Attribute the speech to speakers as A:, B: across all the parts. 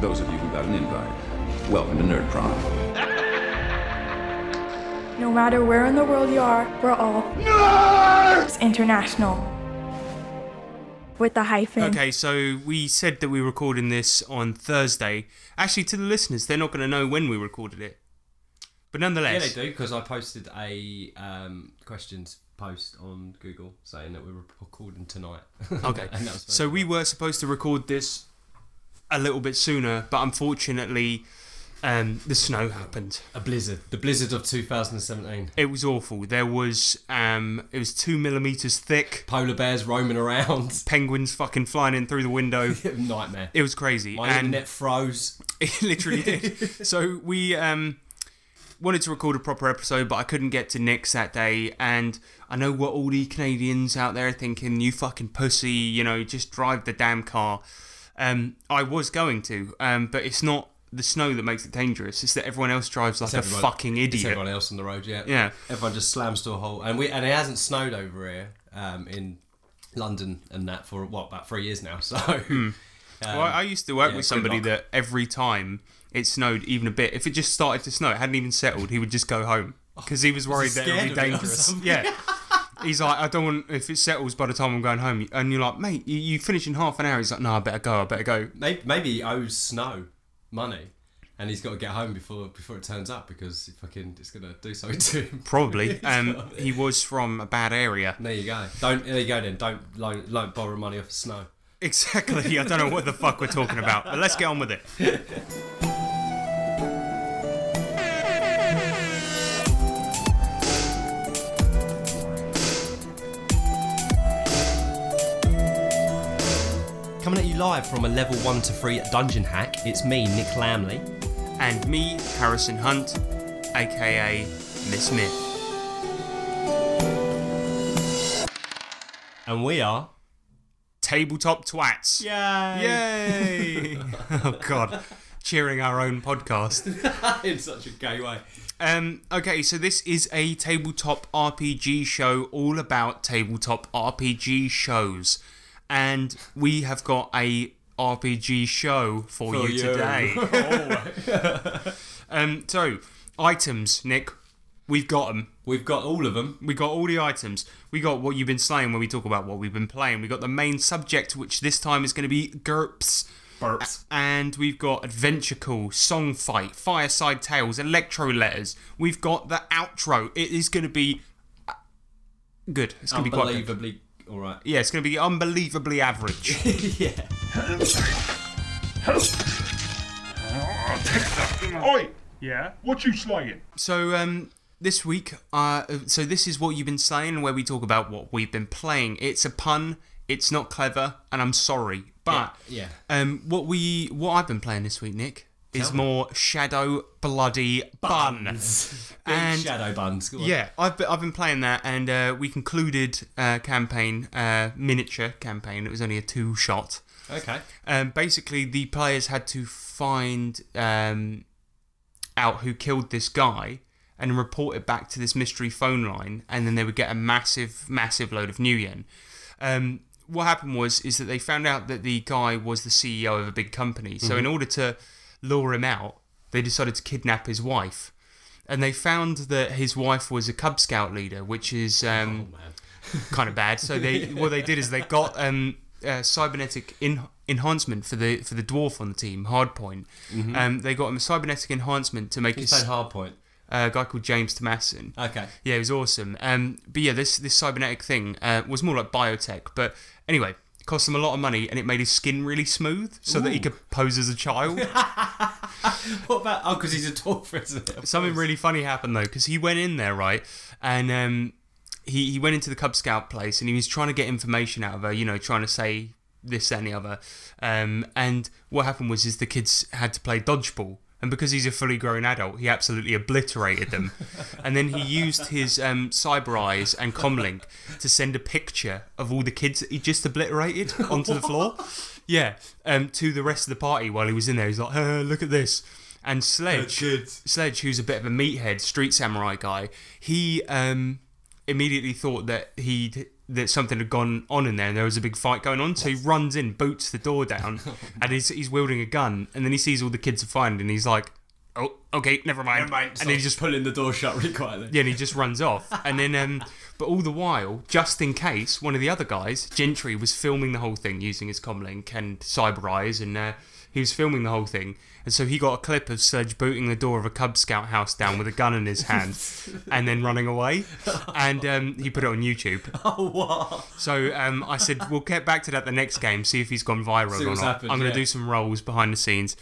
A: Those of you who got an invite, welcome to Nerd Prom.
B: No matter where in the world you are, we're all Nerds International. With the hyphen.
C: Okay, so we said that we were recording this on Thursday. Actually, to the listeners, they're not going to know when we recorded it. But
D: Yeah,
C: nonetheless,
D: they do because I posted a um, questions post on Google saying that we were recording tonight.
C: Okay.
D: And that was
C: so we were supposed to record this a little bit sooner, but unfortunately, um, the snow happened.
D: a blizzard, the blizzard of 2017.
C: It was awful. There was um, it was two millimeters thick.
D: Polar bears roaming around,
C: Penguins fucking flying in through the window.
D: nightmare.
C: It was crazy.
D: My
C: and
D: internet froze.
C: It literally did. So we um, wanted to record a proper episode, but I couldn't get to Nick's that day. And I know what all the Canadians out there are thinking: you fucking pussy, you know, just drive the damn car. Um, I was going to, um, but it's not the snow that makes it dangerous. It's that everyone else drives like
D: It's
C: a
D: everyone-
C: fucking
D: it's
C: idiot.
D: everyone else on the road, yeah.
C: Yeah.
D: Everyone just slams to a halt, and we and it hasn't snowed over here um, in London and that for what about three years now. So
C: Hmm.
D: um,
C: well, I used to work
D: yeah,
C: with
D: good
C: somebody
D: luck.
C: that every time it snowed even a bit, if it just started to snow, it hadn't even settled, he would just go home because he was worried that it
D: Oh, scared
C: would be
D: of it or
C: dangerous.
D: something.
C: yeah. He's like, I don't want if it settles by the time I'm going home, and you're like, mate, you, you finish in half an hour. He's like, no, I better go, I better go.
D: Maybe, maybe he owes Snow money, and he's got to get home before before it turns up because he fucking it's gonna do something to him.
C: Probably, um, he was from a bad area.
D: There you go. Don't there you go then. Don't loan, loan borrow money off of Snow.
C: Exactly. I don't know what the fuck we're talking about, but let's get on with it.
D: Coming at you live from a level one to three dungeon hack. It's me, Nick Lamley.
C: And me, Harrison Hunt, aka Miss Myth.
D: And we are
C: Tabletop twats.
D: Yay!
C: Yay! oh God, cheering our own podcast.
D: In such a gay way.
C: Um, okay, so this is a tabletop RPG show all about tabletop RPG shows, and we have got a RPG show for, you, today.
D: Oh,
C: um, so items, Nick, we've got them.
D: We've got all of them.
C: We got all the items. We got what you've been saying when we talk about what we've been playing. We got the main subject, which this time is going to be GURPS.
D: Burps.
C: And we've got Adventure Call, Song Fight, Fireside Tales, Electro Letters. We've got the outro. It is going to be uh, good. It's going to be quite good.
D: Unbelievably all right.
C: Yeah, it's going to be unbelievably average.
D: yeah.
E: Oi! Yeah? What you slaying?
C: So um, this week, uh, so this is what you've been saying, where we talk about what we've been playing. It's a pun. It's not clever, and I'm sorry, but
D: Yeah,
C: Um, what we what I've been playing this week, Nick, is more shadow bloody bun.
D: Big
C: And-
D: shadow buns. Go on.
C: Yeah, I've been, I've been playing that, and uh, we concluded uh, campaign uh, miniature campaign. It was only a two shot.
D: Okay.
C: Um, basically, the players had to find um, out who killed this guy and report it back to this mystery phone line, and then they would get a massive, massive load of new yen. Um, what happened was is that they found out that the guy was the CEO of a big company. So in order to lure him out, they decided to kidnap his wife, and they found that his wife was a Cub Scout leader, which is um, kind of bad. So they what they did is they got um, uh, cybernetic in- enhancement for the for the dwarf on the team, Hardpoint. Um, they got him a cybernetic enhancement to make
D: He's
C: his
D: playing
C: uh,
D: hardpoint.
C: a guy called James Tomasson.
D: Okay.
C: Yeah, it was awesome. Um, but yeah, this this cybernetic thing uh, was more like biotech. But anyway, it cost him a lot of money, and it made his skin really smooth, so that he could pose as a child.
D: What about? Oh, because he's a dwarf, isn't it?
C: Something really funny happened though, because he went in there right, and um, he he went into the Cub Scout place and he was trying to get information out of her, you know, trying to say this that, and the other. Um, and what happened was is the kids had to play dodgeball, and because he's a fully grown adult, he absolutely obliterated them. and then he used his um, cyber eyes and comlink to send a picture of all the kids that he just obliterated onto the floor. Yeah, um, to the rest of the party while he was in there. He's like, "Uh, look at this. And Sledge,
D: kids.
C: Sledge, who's a bit of a meathead street samurai guy, he um, immediately thought that he that something had gone on in there and there was a big fight going on. So he runs in, boots the door down, and he's, he's wielding a gun. And then he sees all the kids are fighting and he's like, oh, okay, never mind. and he just
D: pulling the door shut really quietly.
C: yeah, and he just runs off. And then, um, but all the while, just in case, one of the other guys, Gentry, was filming the whole thing using his comlink and cyber eyes, and uh, he was filming the whole thing. And so he got a clip of Sledge booting the door of a Cub Scout house down with a gun in his hand, and then running away. And um, he put it on YouTube.
D: Oh, what?
C: So um, I said, we'll get back to that the next game, see if he's gone viral
D: See
C: or
D: what's
C: not.
D: happened,
C: I'm going to
D: yeah.
C: do some rolls behind the scenes.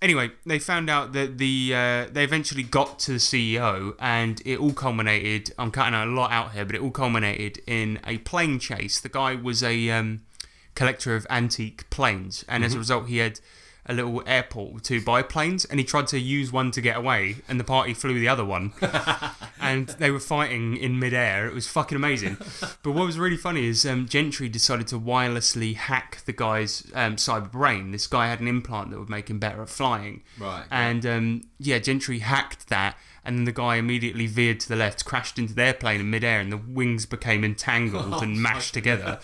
C: Anyway, they found out that the uh, they eventually got to the CEO, and it all culminated. I'm cutting a lot out here, but it all culminated in a plane chase. The guy was a um, collector of antique planes, and
D: Mm-hmm.
C: as a result, he had a little airport with two biplanes, and he tried to use one to get away, and the party flew the other one and they were fighting in midair. It was fucking amazing. but what was really funny is um, Gentry decided to wirelessly hack the guy's um, cyber brain. This guy had an implant that would make him better at flying.
D: Right.
C: And um, yeah, Gentry hacked that, and the guy immediately veered to the left, crashed into their plane in midair, and the wings became entangled and mashed together.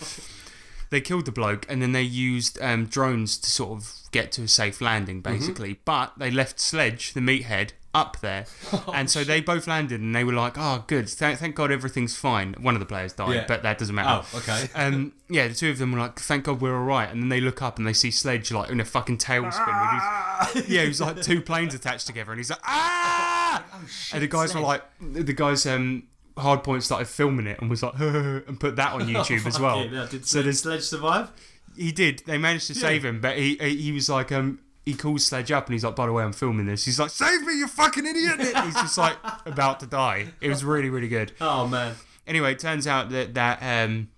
C: They killed the bloke, and then they used um, drones to sort of get to a safe landing,
D: Mm-hmm.
C: basically. But they left Sledge, the meathead, up there,
D: Oh,
C: and so they both landed, and they were like, "Oh, good! Th- thank God everything's fine." One of the players died,
D: Yeah.
C: but that doesn't matter.
D: Oh, okay.
C: Um, yeah, the two of them were like, "Thank God we're all right," and then they look up and they see Sledge like in a fucking tailspin. with his- yeah, it was like two planes attached together, and he's like, ah!
D: Oh,
C: and the guys were like, the guys, um, Hardpoint started filming it and was like, and put that on
D: Oh,
C: YouTube as well. so there's,
D: Sledge survive?
C: he did. They managed to save him, but he he he was like, um, he calls Sledge up and he's like, by the way, I'm filming this. He's like, save me, you fucking idiot! he's just like about to die. It was really, really good
D: Oh, man.
C: anyway, it turns out that that um,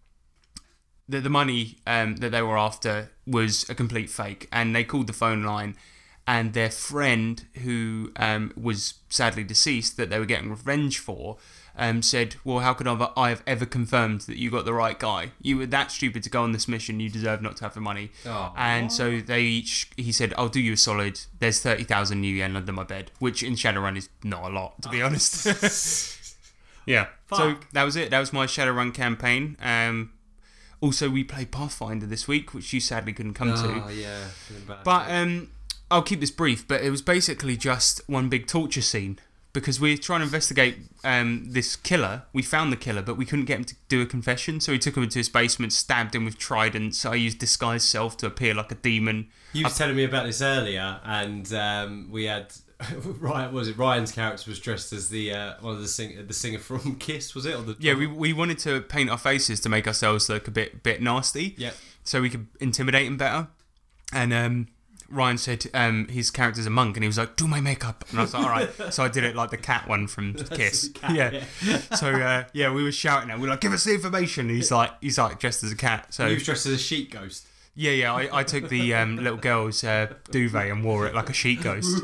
C: that the money um, that they were after was a complete fake, and they called the phone line, and their friend, who um, was sadly deceased, that they were getting revenge for. Um, said, well, how could I have, I have ever confirmed that you got the right guy? You were that stupid to go on this mission. You deserve not to have the money.
D: Oh.
C: and so they each, he said, I'll do you a solid. There's 30,000 new yen under my bed, which in Shadowrun is not a lot, to be honest. Yeah. So
D: Fuck.
C: that was it. That was my Shadowrun campaign. Um, also, we played Pathfinder this week, which you sadly couldn't come
D: Oh,
C: to.
D: yeah.
C: Mm. But um, I'll keep this brief. But it was basically just one big torture scene because we're trying to investigate um, this killer. We found the killer, but we couldn't get him to do a confession. So we took him into his basement, stabbed him with tridents. I used disguise self to appear like a demon.
D: You were telling me about this earlier, and um, we had Ryan. Was it Ryan's character was dressed as the uh, one of the sing- the singer from Kiss? Was it? Or the
C: Yeah, we, we wanted to paint our faces to make ourselves look a bit bit nasty.
D: Yeah.
C: So we could intimidate him better. And um, Ryan said um, his character's a monk, and he was like, "Do my makeup." And I was like, "All right." so I did it like the cat one from Kiss.
D: cat,
C: yeah. so uh, yeah, we were shouting at him. We were like, "Give us the information." And he's like, he's like dressed as a cat. So
D: He was dressed as a sheep ghost.
C: yeah, yeah. I, I took the um, little girl's uh, duvet and wore it like a sheet ghost.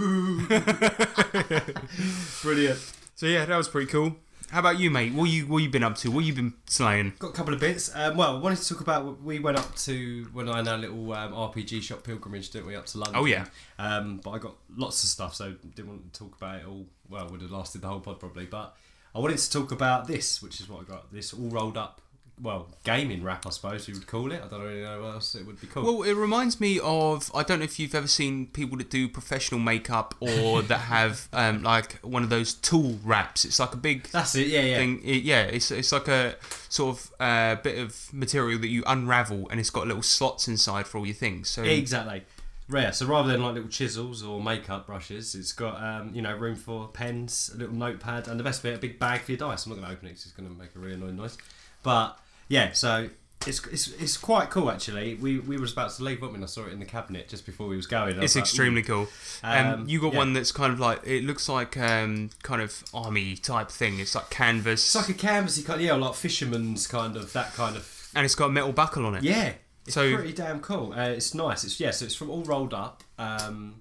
D: Brilliant.
C: so yeah, that was pretty cool. How about you, mate? What you what you been up to? What you been slaying?
D: Got a couple of bits. Um, well, I wanted to talk about we went up to when I our little um, RPG shop pilgrimage, didn't we, up to London?
C: Oh, yeah.
D: Um, but I got lots of stuff, so didn't want to talk about it all. Well, would have lasted the whole pod probably, but I wanted to talk about this, which is what I got. This all rolled up, well, gaming wrap, I suppose you would call it. I don't really know what else it would be called.
C: Well, it reminds me of I don't know if you've ever seen people that do professional makeup or that have um, like one of those tool wraps. It's like a big
D: That's it. Yeah, yeah.
C: thing. It- yeah, it's it's like a sort of uh, bit of material that you unravel and it's got little slots inside for all your things. So
D: Exactly. Rare. So rather than like little chisels or makeup brushes, it's got um, you know room for pens, a little notepad, and the best bit, a big bag for your dice. I'm not going to open it; 'cause it's going to make a really annoying noise. But yeah, so it's it's, it's quite cool actually. We we was about to leave up when I saw it in the cabinet just before we was going. I was
C: It's
D: like,
C: extremely cool.
D: "Ooh."
C: Um,
D: Um,
C: you got
D: yeah.
C: one that's kind of like it looks like um, kind of army type thing. It's like canvas,
D: It's like a canvasy kind, yeah, like fisherman's kind of that kind of
C: and it's got a metal buckle on it.
D: Yeah, it's
C: So-
D: pretty damn cool. Uh, it's nice. It's yeah. So it's from all rolled up. Um,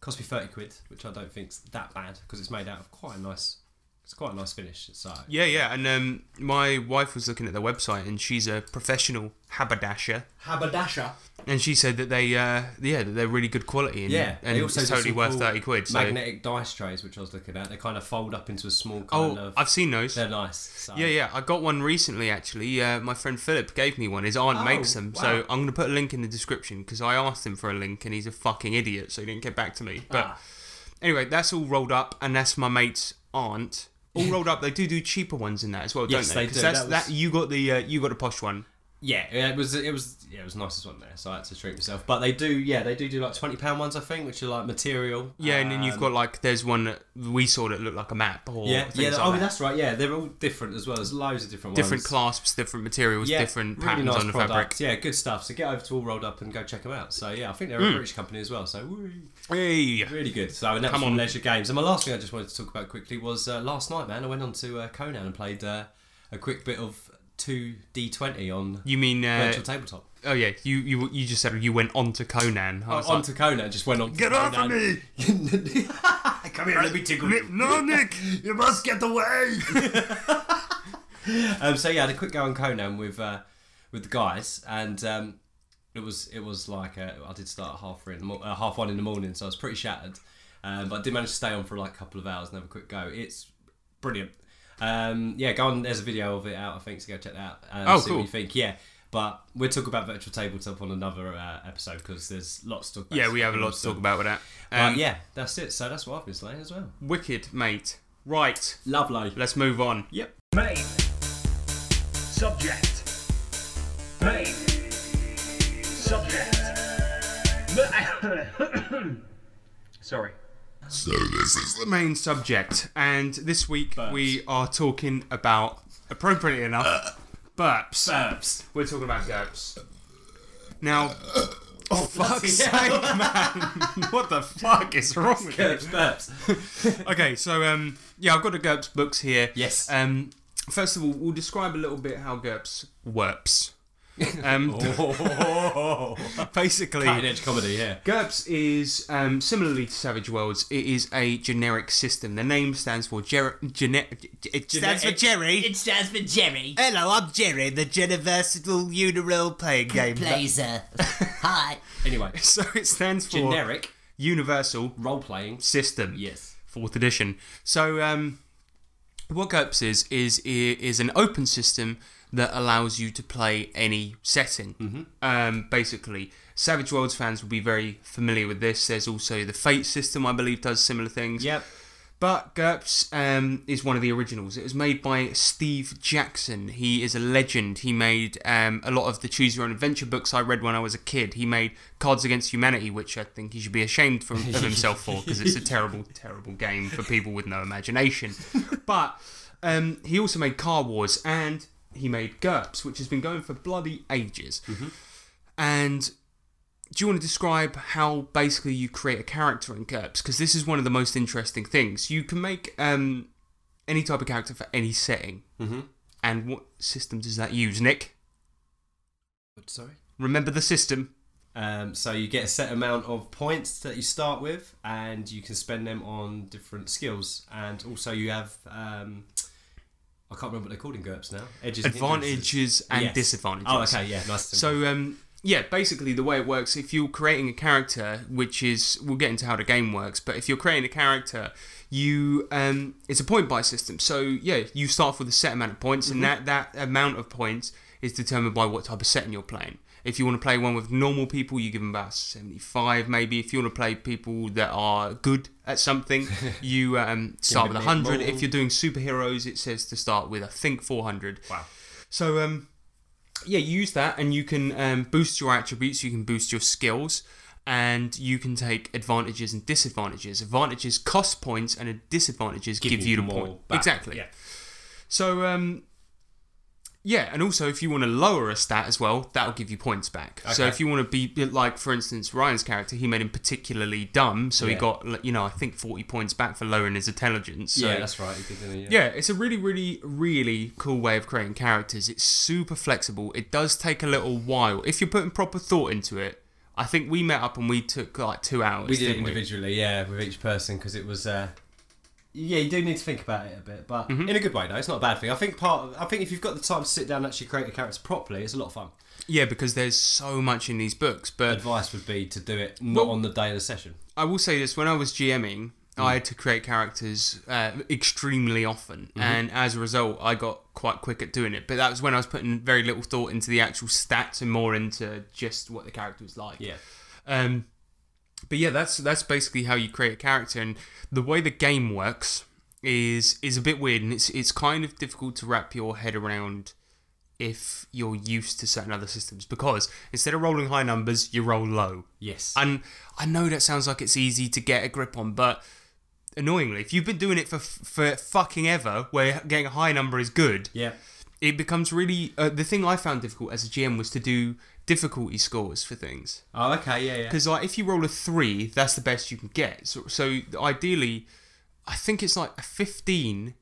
D: cost me thirty quid, which I don't think's that bad because it's made out of quite a nice It's quite a nice finish. So
C: Yeah, yeah. And um, my wife was looking at their website, and she's a professional haberdasher,
D: haberdasher.
C: and she said that they, uh, yeah, that they're really good quality. And,
D: Yeah,
C: and
D: they also
C: it's
D: do
C: totally
D: some
C: worth
D: cool
C: thirty quid. So.
D: Magnetic dice trays, which I was looking at, they kind of fold up into a small
C: oh,
D: kind of.
C: I've seen those.
D: They're nice. So.
C: Yeah, yeah. I got one recently, actually. Uh, my friend Philip gave me one. His aunt
D: Oh,
C: makes them. So
D: wow.
C: I'm going to put a link in the description because I asked him for a link and he's a fucking idiot, so he didn't get back to me. But
D: Ah.
C: anyway, that's all rolled up, and that's my mate's aunt. All rolled up. They do do cheaper ones in that as well,
D: Yes,
C: don't they?
D: they
C: 'Cause
D: do.
C: That's,
D: That was-
C: that you got the uh, you got a posh one.
D: Yeah, yeah, it was it was yeah, it was nice as one there, so I had to treat myself. But they do yeah, they do do like twenty pound ones I think, which are like material.
C: Yeah, and then you've
D: Um,
C: got like there's one that we saw that looked like a map or
D: yeah,
C: things
D: yeah.
C: like
D: oh,
C: that.
D: that's right. Yeah, they're all different as well. There's loads of different
C: different
D: ones.
C: clasps, different materials,
D: Yeah,
C: different
D: really
C: patterns
D: nice
C: on the fabric.
D: products. Yeah, good stuff. So get over to All Rolled Up and go check them out. So yeah, I think they're
C: Hmm.
D: a British company as well. So woo,
C: Hey.
D: really good. So and that
C: Come
D: was
C: on.
D: on Leisure Games. And my last thing I just wanted to talk about quickly was uh, last night, man. I went on to uh, Conan and played uh, a quick bit of two D twenty on
C: You mean uh,
D: virtual tabletop.
C: Oh yeah, you you you just said you went Oh, on to Conan. I
D: I
C: was
D: was on
C: like,
D: to Conan, just went on. to
C: Get off of
D: Conan.
C: me!
D: Come here, let me tickle you.
C: no, Nick, you must get away.
D: Um, so yeah, I had a quick go on Conan with uh, with the guys, and um, it was it was like uh, I did start at half three in the mor- uh, half one in the morning, so I was pretty shattered. Um, but I did manage to stay on for like a couple of hours and have a quick go. It's brilliant. Um, yeah, go on. There's a video of it out. I think so. Go check that out. And
C: Oh,
D: see what
C: cool.
D: you think? Yeah. But we'll talk about virtual tabletop on another uh, episode because there's lots to talk about.
C: yeah, we have a lot to talk about with that. Um,
D: But yeah, that's it. So that's what I've been saying as well.
C: wicked, mate. Right,
D: Lovely.
C: let's move on.
D: Yep.
E: Main. Subject. Main. Subject. Ma- Sorry.
C: So this is the main subject, and this week we are talking about, appropriately enough, burps.
D: Burps.
C: We're talking about burps. Now, oh fuck's sake,
D: hell.
C: man! what the fuck is wrong with you?
D: Burps. Burps.
C: Okay, so um, yeah, I've got the GURPS books here.
D: Yes.
C: Um, first of all, we'll describe a little bit how GURPS works. Um, Oh. basically,
D: Cutting edge comedy. Yeah.
C: GURPS is um, similarly to Savage Worlds. It is a generic system. The name stands for Jer- gene- It stands for
D: Genetic-
C: Jerry.
F: It stands for Jerry.
C: Hello, I'm Jerry, the Universal Unirole Playing Game.
F: Blazer. Hi.
D: Anyway.
C: So it stands for
D: generic
C: Universal
D: role playing.
C: System.
D: Yes.
C: fourth edition. So um, what GURPS is is is an open system that allows you to play any setting. Um, basically, Savage Worlds fans will be very familiar with this. There's also the Fate system, I believe, does similar things.
D: Yep.
C: But GURPS um, is one of the originals. It was made by Steve Jackson. He is a legend. He made um, a lot of the Choose Your Own Adventure books I read when I was a kid. He made Cards Against Humanity, which I think he should be ashamed from, of himself for because it's a terrible, terrible game for people with no imagination. But um, he also made Car Wars and he made GURPS, which has been going for bloody ages. And do you want to describe how basically you create a character in GURPS? Because this is one of the most interesting things. You can make um, any type of character for any setting. Mm-hmm. And what system does that use, Nick?
D: Sorry.
C: Remember the system.
D: Um, so you get a set amount of points that you start with, and you can spend them on different skills, and also you have um, I can't remember what they're called in GURPS now. Edges, and
C: Advantages and
D: Yes.
C: disadvantages.
D: Oh, okay, yeah, nice. and simple.
C: So, um, yeah, basically the way it works, if you're creating a character, which is we'll get into how the game works, but if you're creating a character, you um, it's a point buy system. So yeah, you start off with a set amount of points, and that that amount of points is determined by what type of setting you're playing. If you want to play one with normal people, you give them about 75 maybe. If you want to play people that are good at something, you um, start with
D: them a
C: 100.
D: bit more.
C: If you're doing superheroes, it says to start with, I think, 400. Wow. So, um, yeah, you use that and you can um, boost your attributes, you can boost your skills, and you can take advantages and disadvantages. Advantages cost points, and a disadvantages give, you the
D: more
C: point.
D: back.
C: Exactly.
D: Yeah.
C: So, um, yeah, and also if you want to lower a stat as well, that'll give you points back. So
D: Okay.
C: if you want to be like, for instance, Ryan's character, he made him particularly dumb, so he
D: Yeah.
C: got like, you know I think forty points back for lowering his intelligence. So
D: yeah, that's right. You did, didn't you?
C: yeah, it's a really, really, really cool way of creating characters. It's super flexible. It does take a little while if you're putting proper thought into it. I think we met up and we took like two hours.
D: we did it
C: didn't we?
D: individually, yeah, with each person because it was. Uh, yeah, you do need to think about it a bit, but
C: Mm-hmm.
D: in a good way though. It's not a bad thing. I think part. Of, I think if you've got the time to sit down and actually create the characters properly, it's a lot of fun.
C: Yeah, because there's so much in these books. But
D: Advice would be to do it not
C: Well-
D: on the day of the session.
C: I will say this: when I was GMing,
D: Mm.
C: I had to create characters uh, extremely often,
D: Mm-hmm.
C: and as a result, I got quite quick at doing it. But that was when I was putting very little thought into the actual stats and more into just what the character was like.
D: Yeah.
C: Um, but yeah, that's that's basically how you create a character, and the way the game works is is a bit weird, and it's it's kind of difficult to wrap your head around if you're used to certain other systems because instead of rolling high numbers, you roll low.
D: Yes.
C: And I know that sounds like it's easy to get a grip on, but annoyingly, if you've been doing it for for fucking ever, where getting a high number is good,
D: yeah.
C: it becomes really uh, the thing I found difficult as a GM was to do difficulty scores for things
D: Oh, okay. Yeah, yeah.
C: because like if you roll a three, that's the best you can get. So, so ideally, I think it's like a fifteen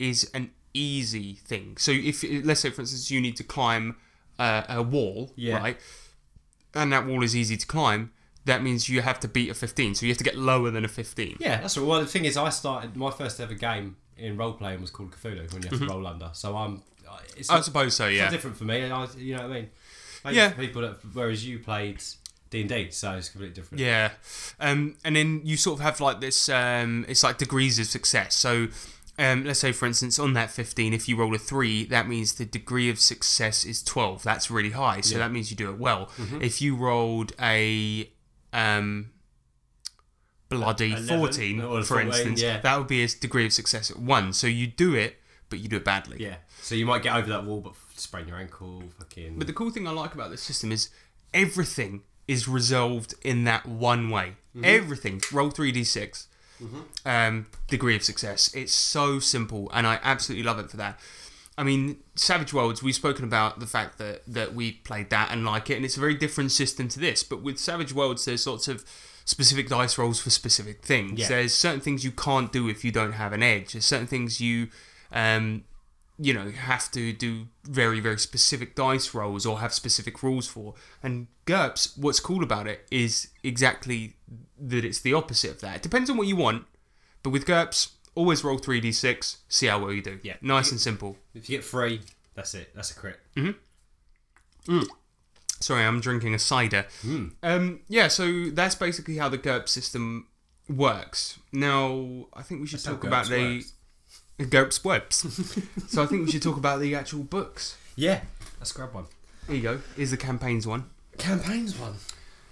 C: is an easy thing. So if let's say for instance you need to climb uh, a wall,
D: Yeah.
C: right, and that wall is easy to climb, that means you have to beat a fifteen. So you have to get lower than a fifteen.
D: Yeah, that's right. Well, the thing is, I started my first ever game in role playing was called Cthulhu when you have to roll under. So I'm. I- Mm-hmm. Oh, It's
C: I
D: not-
C: suppose so.
D: it's
C: Yeah.
D: not different for me. I, you know what I mean? Maybe
C: Yeah.
D: for People that whereas you played D and D, so it's completely different.
C: Yeah, um, and then you sort of have like this. Um, it's like degrees of success. So, um, let's say for instance, on that fifteen, if you roll a three, that means the degree of success is twelve. That's really high. So that means you do it well.
D: Mm-hmm.
C: If you rolled a um, bloody
D: 11
C: fourteen,
D: or
C: for
D: 14,
C: instance,
D: yeah.
C: that would be its degree of success at one. So you do it, but you do it badly.
D: Yeah. So you might get over that wall, but f- sprain your ankle, fucking.
C: But the cool thing I like about this system is everything is resolved in that one way. Everything. Roll 3d6. Um, degree of success. It's so simple, and I absolutely love it for that. I mean, Savage Worlds, we've spoken about the fact that, that we played that and like it, and it's a very different system to this. But with Savage Worlds, there's lots of specific dice rolls for specific things.
D: Yeah.
C: There's certain things you can't do if you don't have an edge. There's certain things you um, you know have to do very very specific dice rolls or have specific rules for and gerps what's cool about it is exactly that it's the opposite of that it depends on what you want but with gerps always roll 3d6 see how well you do
D: Yeah.
C: nice and simple
D: if you get three, that's it. That's a crit.
C: sorry i'm drinking a cider
D: Hmm.
C: um yeah so that's basically how the gerp system works now i think we should
D: how
C: talk about the
D: GURPS
C: gerps webs so i think we should talk about the actual books
D: Yeah. Let's grab one.
C: here you go is the campaigns one
D: Campaigns one.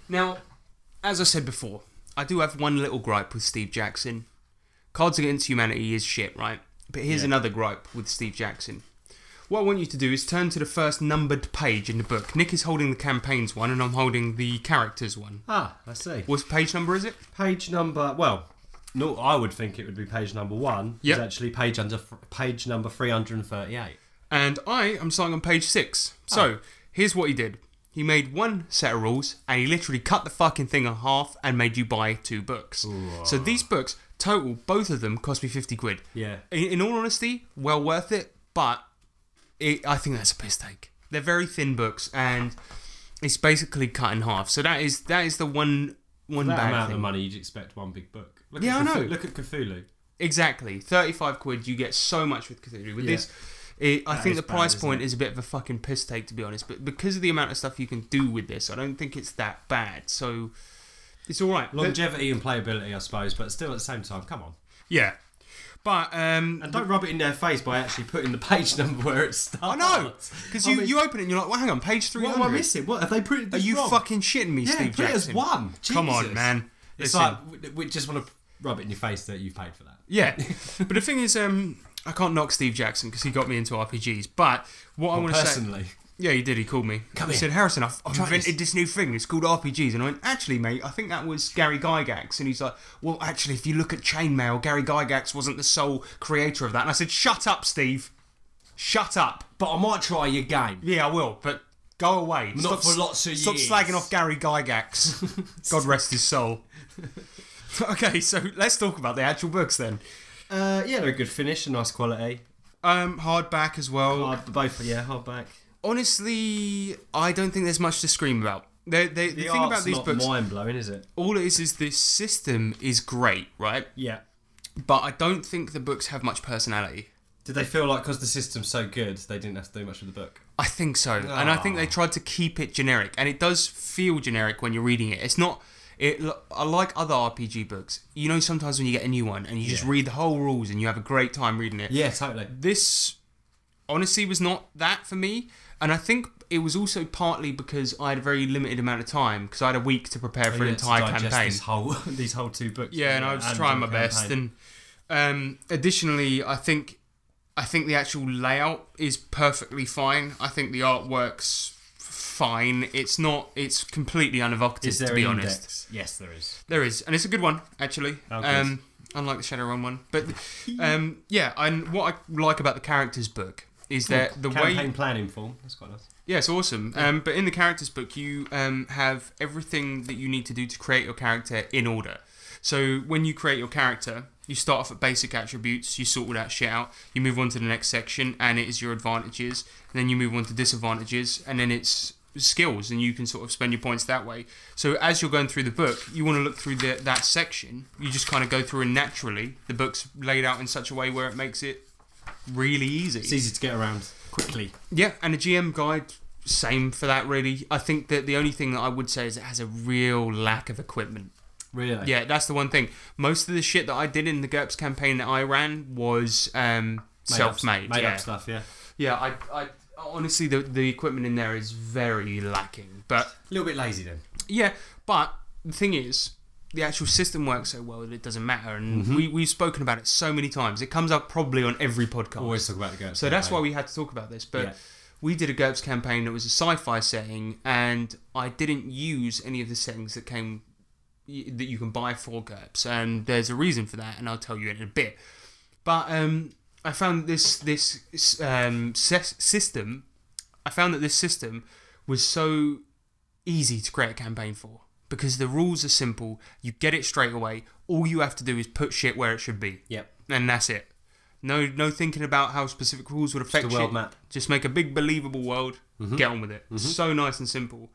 C: Now, as I said before, I do have one little gripe with Steve Jackson. Cards Against Humanity is shit, right? But here's another gripe with Steve Jackson. What I want you to do is turn to the first numbered page in the book. Nick is holding the campaigns one, and I'm holding the characters one.
D: Ah, I see.
C: What page number is it?
D: Page number. Well, no, I would think it would be page number one.
C: Yep.
D: It's actually page under page number three hundred and thirty-eight.
C: And I am starting on page six. So,
D: Oh.
C: here's what he did. He made one set of rules and he literally cut the fucking thing in half and made you buy two books. So these books, total, both of them cost me 50 quid.
D: Yeah.
C: In, in all honesty, well worth it, but it, I think that's a piss take. They're very thin books and it's basically cut in half. So that is that is the one one
D: That
C: bad
D: amount
C: thing.
D: of money, you'd expect one big book. Look
C: Yeah,
D: at
C: I
D: Cthul-
C: know.
D: Look at Cthulhu.
C: Exactly, thirty-five quid. You get so much with Cthulhu. With
D: Yeah.
C: this, it, I think
D: is
C: the
D: bad,
C: price
D: isn't
C: point
D: it?
C: is a bit of a fucking piss take, to be honest. But because of the amount of stuff you can do with this, I don't think it's that bad. So it's all right. But-
D: Longevity and playability, I suppose, but still at the same time, come on.
C: yeah, but um,
D: And don't rub it in their face by actually putting the page number where it
C: I
D: starts.
C: know because you,
D: I mean,
C: you open it and you're like, well, hang on, page three
D: What am I
C: hundred.
D: missing? What have they printed?
C: Are
D: this
C: you
D: wrong?
C: fucking shitting me,
D: Yeah,
C: Steve
D: put it as
C: Jackson?
D: one.
C: Come on,
D: Jesus.
C: man.
D: It's
C: Listen.
D: like we- we just want to rub it in your face that you've paid for that.
C: Yeah, but the thing is, um, I can't knock Steve Jackson because he got me into RPGs. But what I want to say,
D: Personally,
C: yeah, he did. He called me.
D: Come
C: he
D: here.
C: said, "Harrison, I've, I've
D: Try
C: invented this. new thing. It's called RPGs." And I went, "Actually, mate, I think that was Gary Gygax." And he's like, "Well, actually, if you look at Chainmail, Gary Gygax wasn't the sole creator of that." And I said, "Shut up, Steve. Shut up.
D: but I might try your game.
C: Yeah, I will, but go away.
D: Not for lots of
C: stop
D: years.
C: slagging off Gary Gygax. God rest his soul." okay, so let's talk about the actual books then.
D: Uh, yeah, they're a good finish, a nice quality.
C: Um, hardback as well.
D: Hard, both, yeah, hardback.
C: honestly, I don't think there's much to scream about. The, the, the, thing
D: art's
C: about these
D: not
C: books,
D: mind blowing, is it?
C: all it is is this system is great, right?
D: Yeah.
C: But I don't think the books have much personality.
D: Did they feel like because the system's so good, they didn't have to do much with the book?
C: I think so. And I think
D: Ah.
C: they tried to keep it generic. And it does feel generic when you're reading it. It's not. It, I like other RPG books. You know, sometimes when you get a new one and you just
D: Yeah.
C: read the whole rules and you have a great time reading it.
D: Yeah, totally.
C: This honestly was not that for me. And I think it was also partly because I had a very limited amount of time because I had a week to prepare for an
D: Oh, Yeah, to
C: entire
D: digest
C: campaign.
D: This whole, these whole two books.
C: Yeah, and I was trying my best. And um, additionally, I think I think the actual layout is perfectly fine. I think the artwork's fine. It's not. It's completely unevocative.
D: is there
C: to be
D: an
C: honest,
D: index? Yes, there is.
C: there is, and it's a good one actually.
D: Oh, good.
C: um, unlike the Shadowrun one, but um, yeah. And what I like about the characters book is that the way
D: Campaign planning form. That's quite nice.
C: yeah, it's awesome. Um, but in the characters book, you um, have everything that you need to do to create your character in order. So when you create your character, you start off at basic attributes, you sort all that shit out, you move on to the next section, and it is your advantages. And then you move on to disadvantages, and then it's skills, and you can sort of spend your points that way. So as you're going through the book, you want to look through the, that section. You just kind of go through, and naturally, the book's laid out in such a way where it makes it really easy.
D: It's easy to get around quickly.
C: Yeah, and a GM guide, same for that really. I think that the only thing that I would say is it has a real lack of equipment.
D: Really?
C: Yeah, that's the one thing. Most of the shit that I did in the GURPS campaign that I ran was um,
D: Made up-
C: self-made.
D: Made
C: yeah,
D: up stuff. Yeah.
C: yeah. I, I honestly, the the equipment in there is very lacking. But
D: A little bit lazy then.
C: yeah, but the thing is, the actual system works so well that it doesn't matter. And
D: Mm-hmm.
C: we we've spoken about it so many times. It comes up probably on every podcast.
D: Always talk about the girls.
C: So that's why we had to talk about this. But
D: Yeah.
C: we did a GURPS campaign that was a sci-fi setting, and I didn't use any of the settings that came that you can buy for GURPS, and there's a reason for that, and I'll tell you in a bit. But um, I found this this um, ses- system. I found that this system was so easy to create a campaign for because the rules are simple. You get it straight away. All you have to do is put shit where it should be.
D: Yep.
C: And that's it. No, no thinking about how specific rules would affect
D: a world
C: shit.
D: map. Mm-hmm.
C: Just make a big believable world. Get on with it. So nice and simple.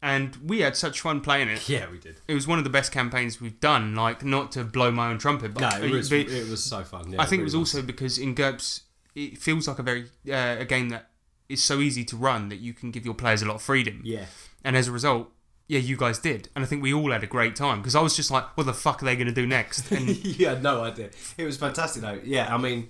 C: And we had such fun playing it.
D: Yeah, we did.
C: It was one of the best campaigns we've done. Like, not to blow my own trumpet,
D: No,
C: but
D: it was,
C: but-
D: it was so fun. Yeah,
C: I think it was
D: really
C: also because in GURPS, it feels like a very uh, a game that is so easy to run that you can give your players a lot of freedom.
D: Yeah.
C: And as a result, yeah, you guys did, and I think we all had a great time because I was just like, "What the fuck are they going to do next?" And
D: nice. you had no idea. It was fantastic though. Yeah, I mean,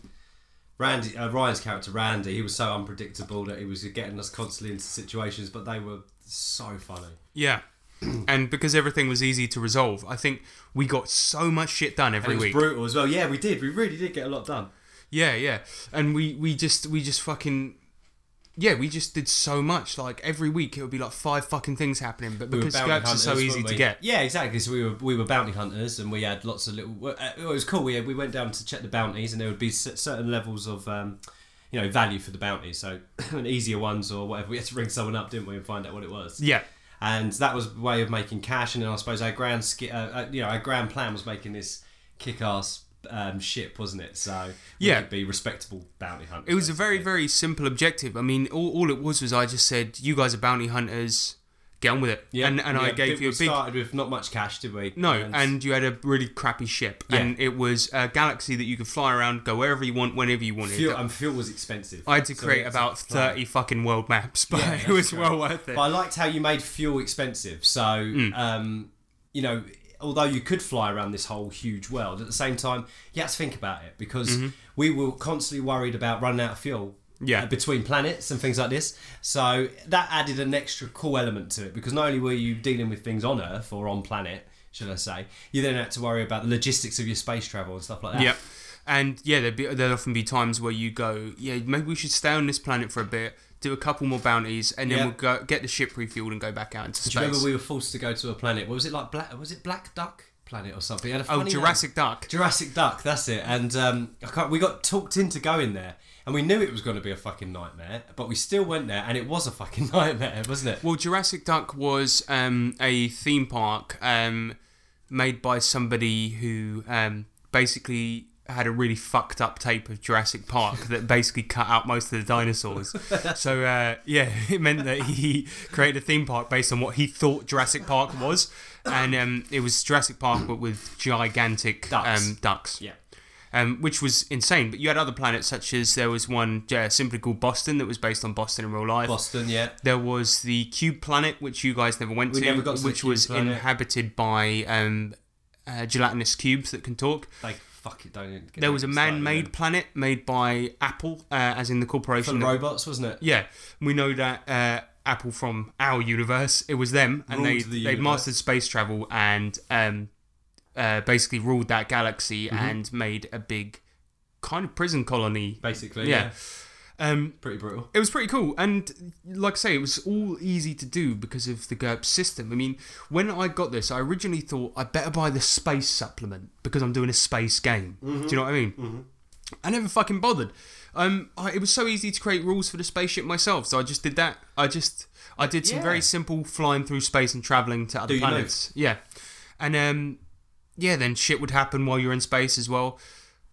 D: Randy, uh, Ryan's character Randy, he was so unpredictable that he was getting us constantly into situations, but they were so funny.
C: yeah, and because everything was easy to resolve, I think we got so much shit done
D: And
C: every
D: it was
C: week.
D: brutal as well. Yeah, we did. We really did get a lot done.
C: Yeah, yeah. And we we just we just fucking yeah, we just did so much. Like every week, it would be like five fucking things happening, but
D: We were
C: because
D: bounty
C: GURPS is so
D: hunters,
C: easy
D: weren't
C: to
D: we?
C: get,
D: Yeah, exactly. So we were we were bounty hunters, and we had lots of little. Uh, it was cool. We had, we went down to check the bounties, and there would be cer- certain levels of. Um, you know, value for the bounties. So, easier ones or whatever. We had to ring someone up, didn't we, and find out what it was.
C: yeah,
D: and that was a way of making cash. And then I suppose our grand, ski- uh, uh, you know, our grand plan was making this kick-ass um, ship, wasn't it? So we
C: Yeah.
D: could be respectable bounty hunters.
C: It was a very,
D: basically.
C: very simple objective. I mean, all, all it was was I just said, "You guys are bounty hunters. Get on with it."
D: yeah,
C: and and I
D: yeah,
C: gave
D: but
C: you a
D: we
C: big
D: started with not much cash, did we?
C: no, and you had a really crappy ship,
D: Yeah.
C: and it was a galaxy that you could fly around, go wherever you want, whenever you wanted.
D: fuel and fuel was expensive.
C: I had to
D: So
C: create
D: we had to
C: about
D: plan.
C: thirty fucking world maps, but
D: Yeah,
C: it
D: that's
C: was
D: true.
C: well worth it.
D: But I liked how you made fuel expensive. So,
C: Mm.
D: um, you know, although you could fly around this whole huge world, at the same time, you had to think about it because we were constantly worried about running out of fuel.
C: Mm-hmm. Yeah.
D: uh, Between planets and things like this. So that added an extra cool element to it because not only were you dealing with things on Earth or on planet, should I say, you then had to worry about the logistics of your space travel and stuff like that.
C: Yep. And yeah, there'd, be, there'd often be times where you go, yeah, maybe we should stay on this planet for a bit, do a couple more bounties, and then
D: Yeah.
C: we'll go, get the ship refueled and go back out into
D: Do you
C: space.
D: remember we were forced to go to a planet? What was it like? Black, was it Black Duck Planet or something? It had a
C: oh,
D: funny name.
C: Jurassic Duck.
D: Jurassic Duck, that's it. And um, I can't, we got talked into going there, and we knew it was going to be a fucking nightmare, but we still went there, and it was a fucking nightmare, wasn't it?
C: Well, Jurassic Duck was um, a theme park um, made by somebody who um, basically had a really fucked up tape of Jurassic Park that basically cut out most of the dinosaurs. so uh, yeah, it meant that he created a theme park based on what he thought Jurassic Park was, and um, it was Jurassic Park but with gigantic
D: Ducks.
C: Um, ducks.
D: Yeah.
C: um, which was insane. But you had other planets such as there was one uh, simply called Boston that was based on Boston in real life.
D: Boston, yeah.
C: There was the Cube Planet, which you guys never went
D: We
C: to,
D: never got to the
C: which
D: Cube
C: was
D: Planet.
C: inhabited by um, uh, gelatinous cubes that can talk.
D: They fuck it, don't even get
C: There
D: me
C: was a
D: started,
C: man-made
D: man.
C: planet made by Apple, uh, as in the
D: for
C: corporation.
D: the
C: that-
D: robots, wasn't it?
C: yeah, we know that uh, Apple from our universe. It was them, and
D: Ruled
C: they
D: the
C: they
D: universe.
C: mastered space travel and um, uh, basically ruled that galaxy
D: Mm-hmm.
C: and made a big kind of prison colony.
D: Basically,
C: Yeah.
D: yeah.
C: Um,
D: Pretty brutal.
C: it was pretty cool, and like I say, it was all easy to do because of the GURP system. I mean, when I got this, I originally thought I better buy the space supplement because I'm doing a space game. Do you know what I mean? I never fucking bothered. Um, I, it was so easy to create rules for the spaceship myself, so I just did that. I just I did some very
D: Yeah.
C: simple flying through space and traveling to other
D: Do your
C: planets. Yeah, and um, yeah, then shit would happen while you're in space as well.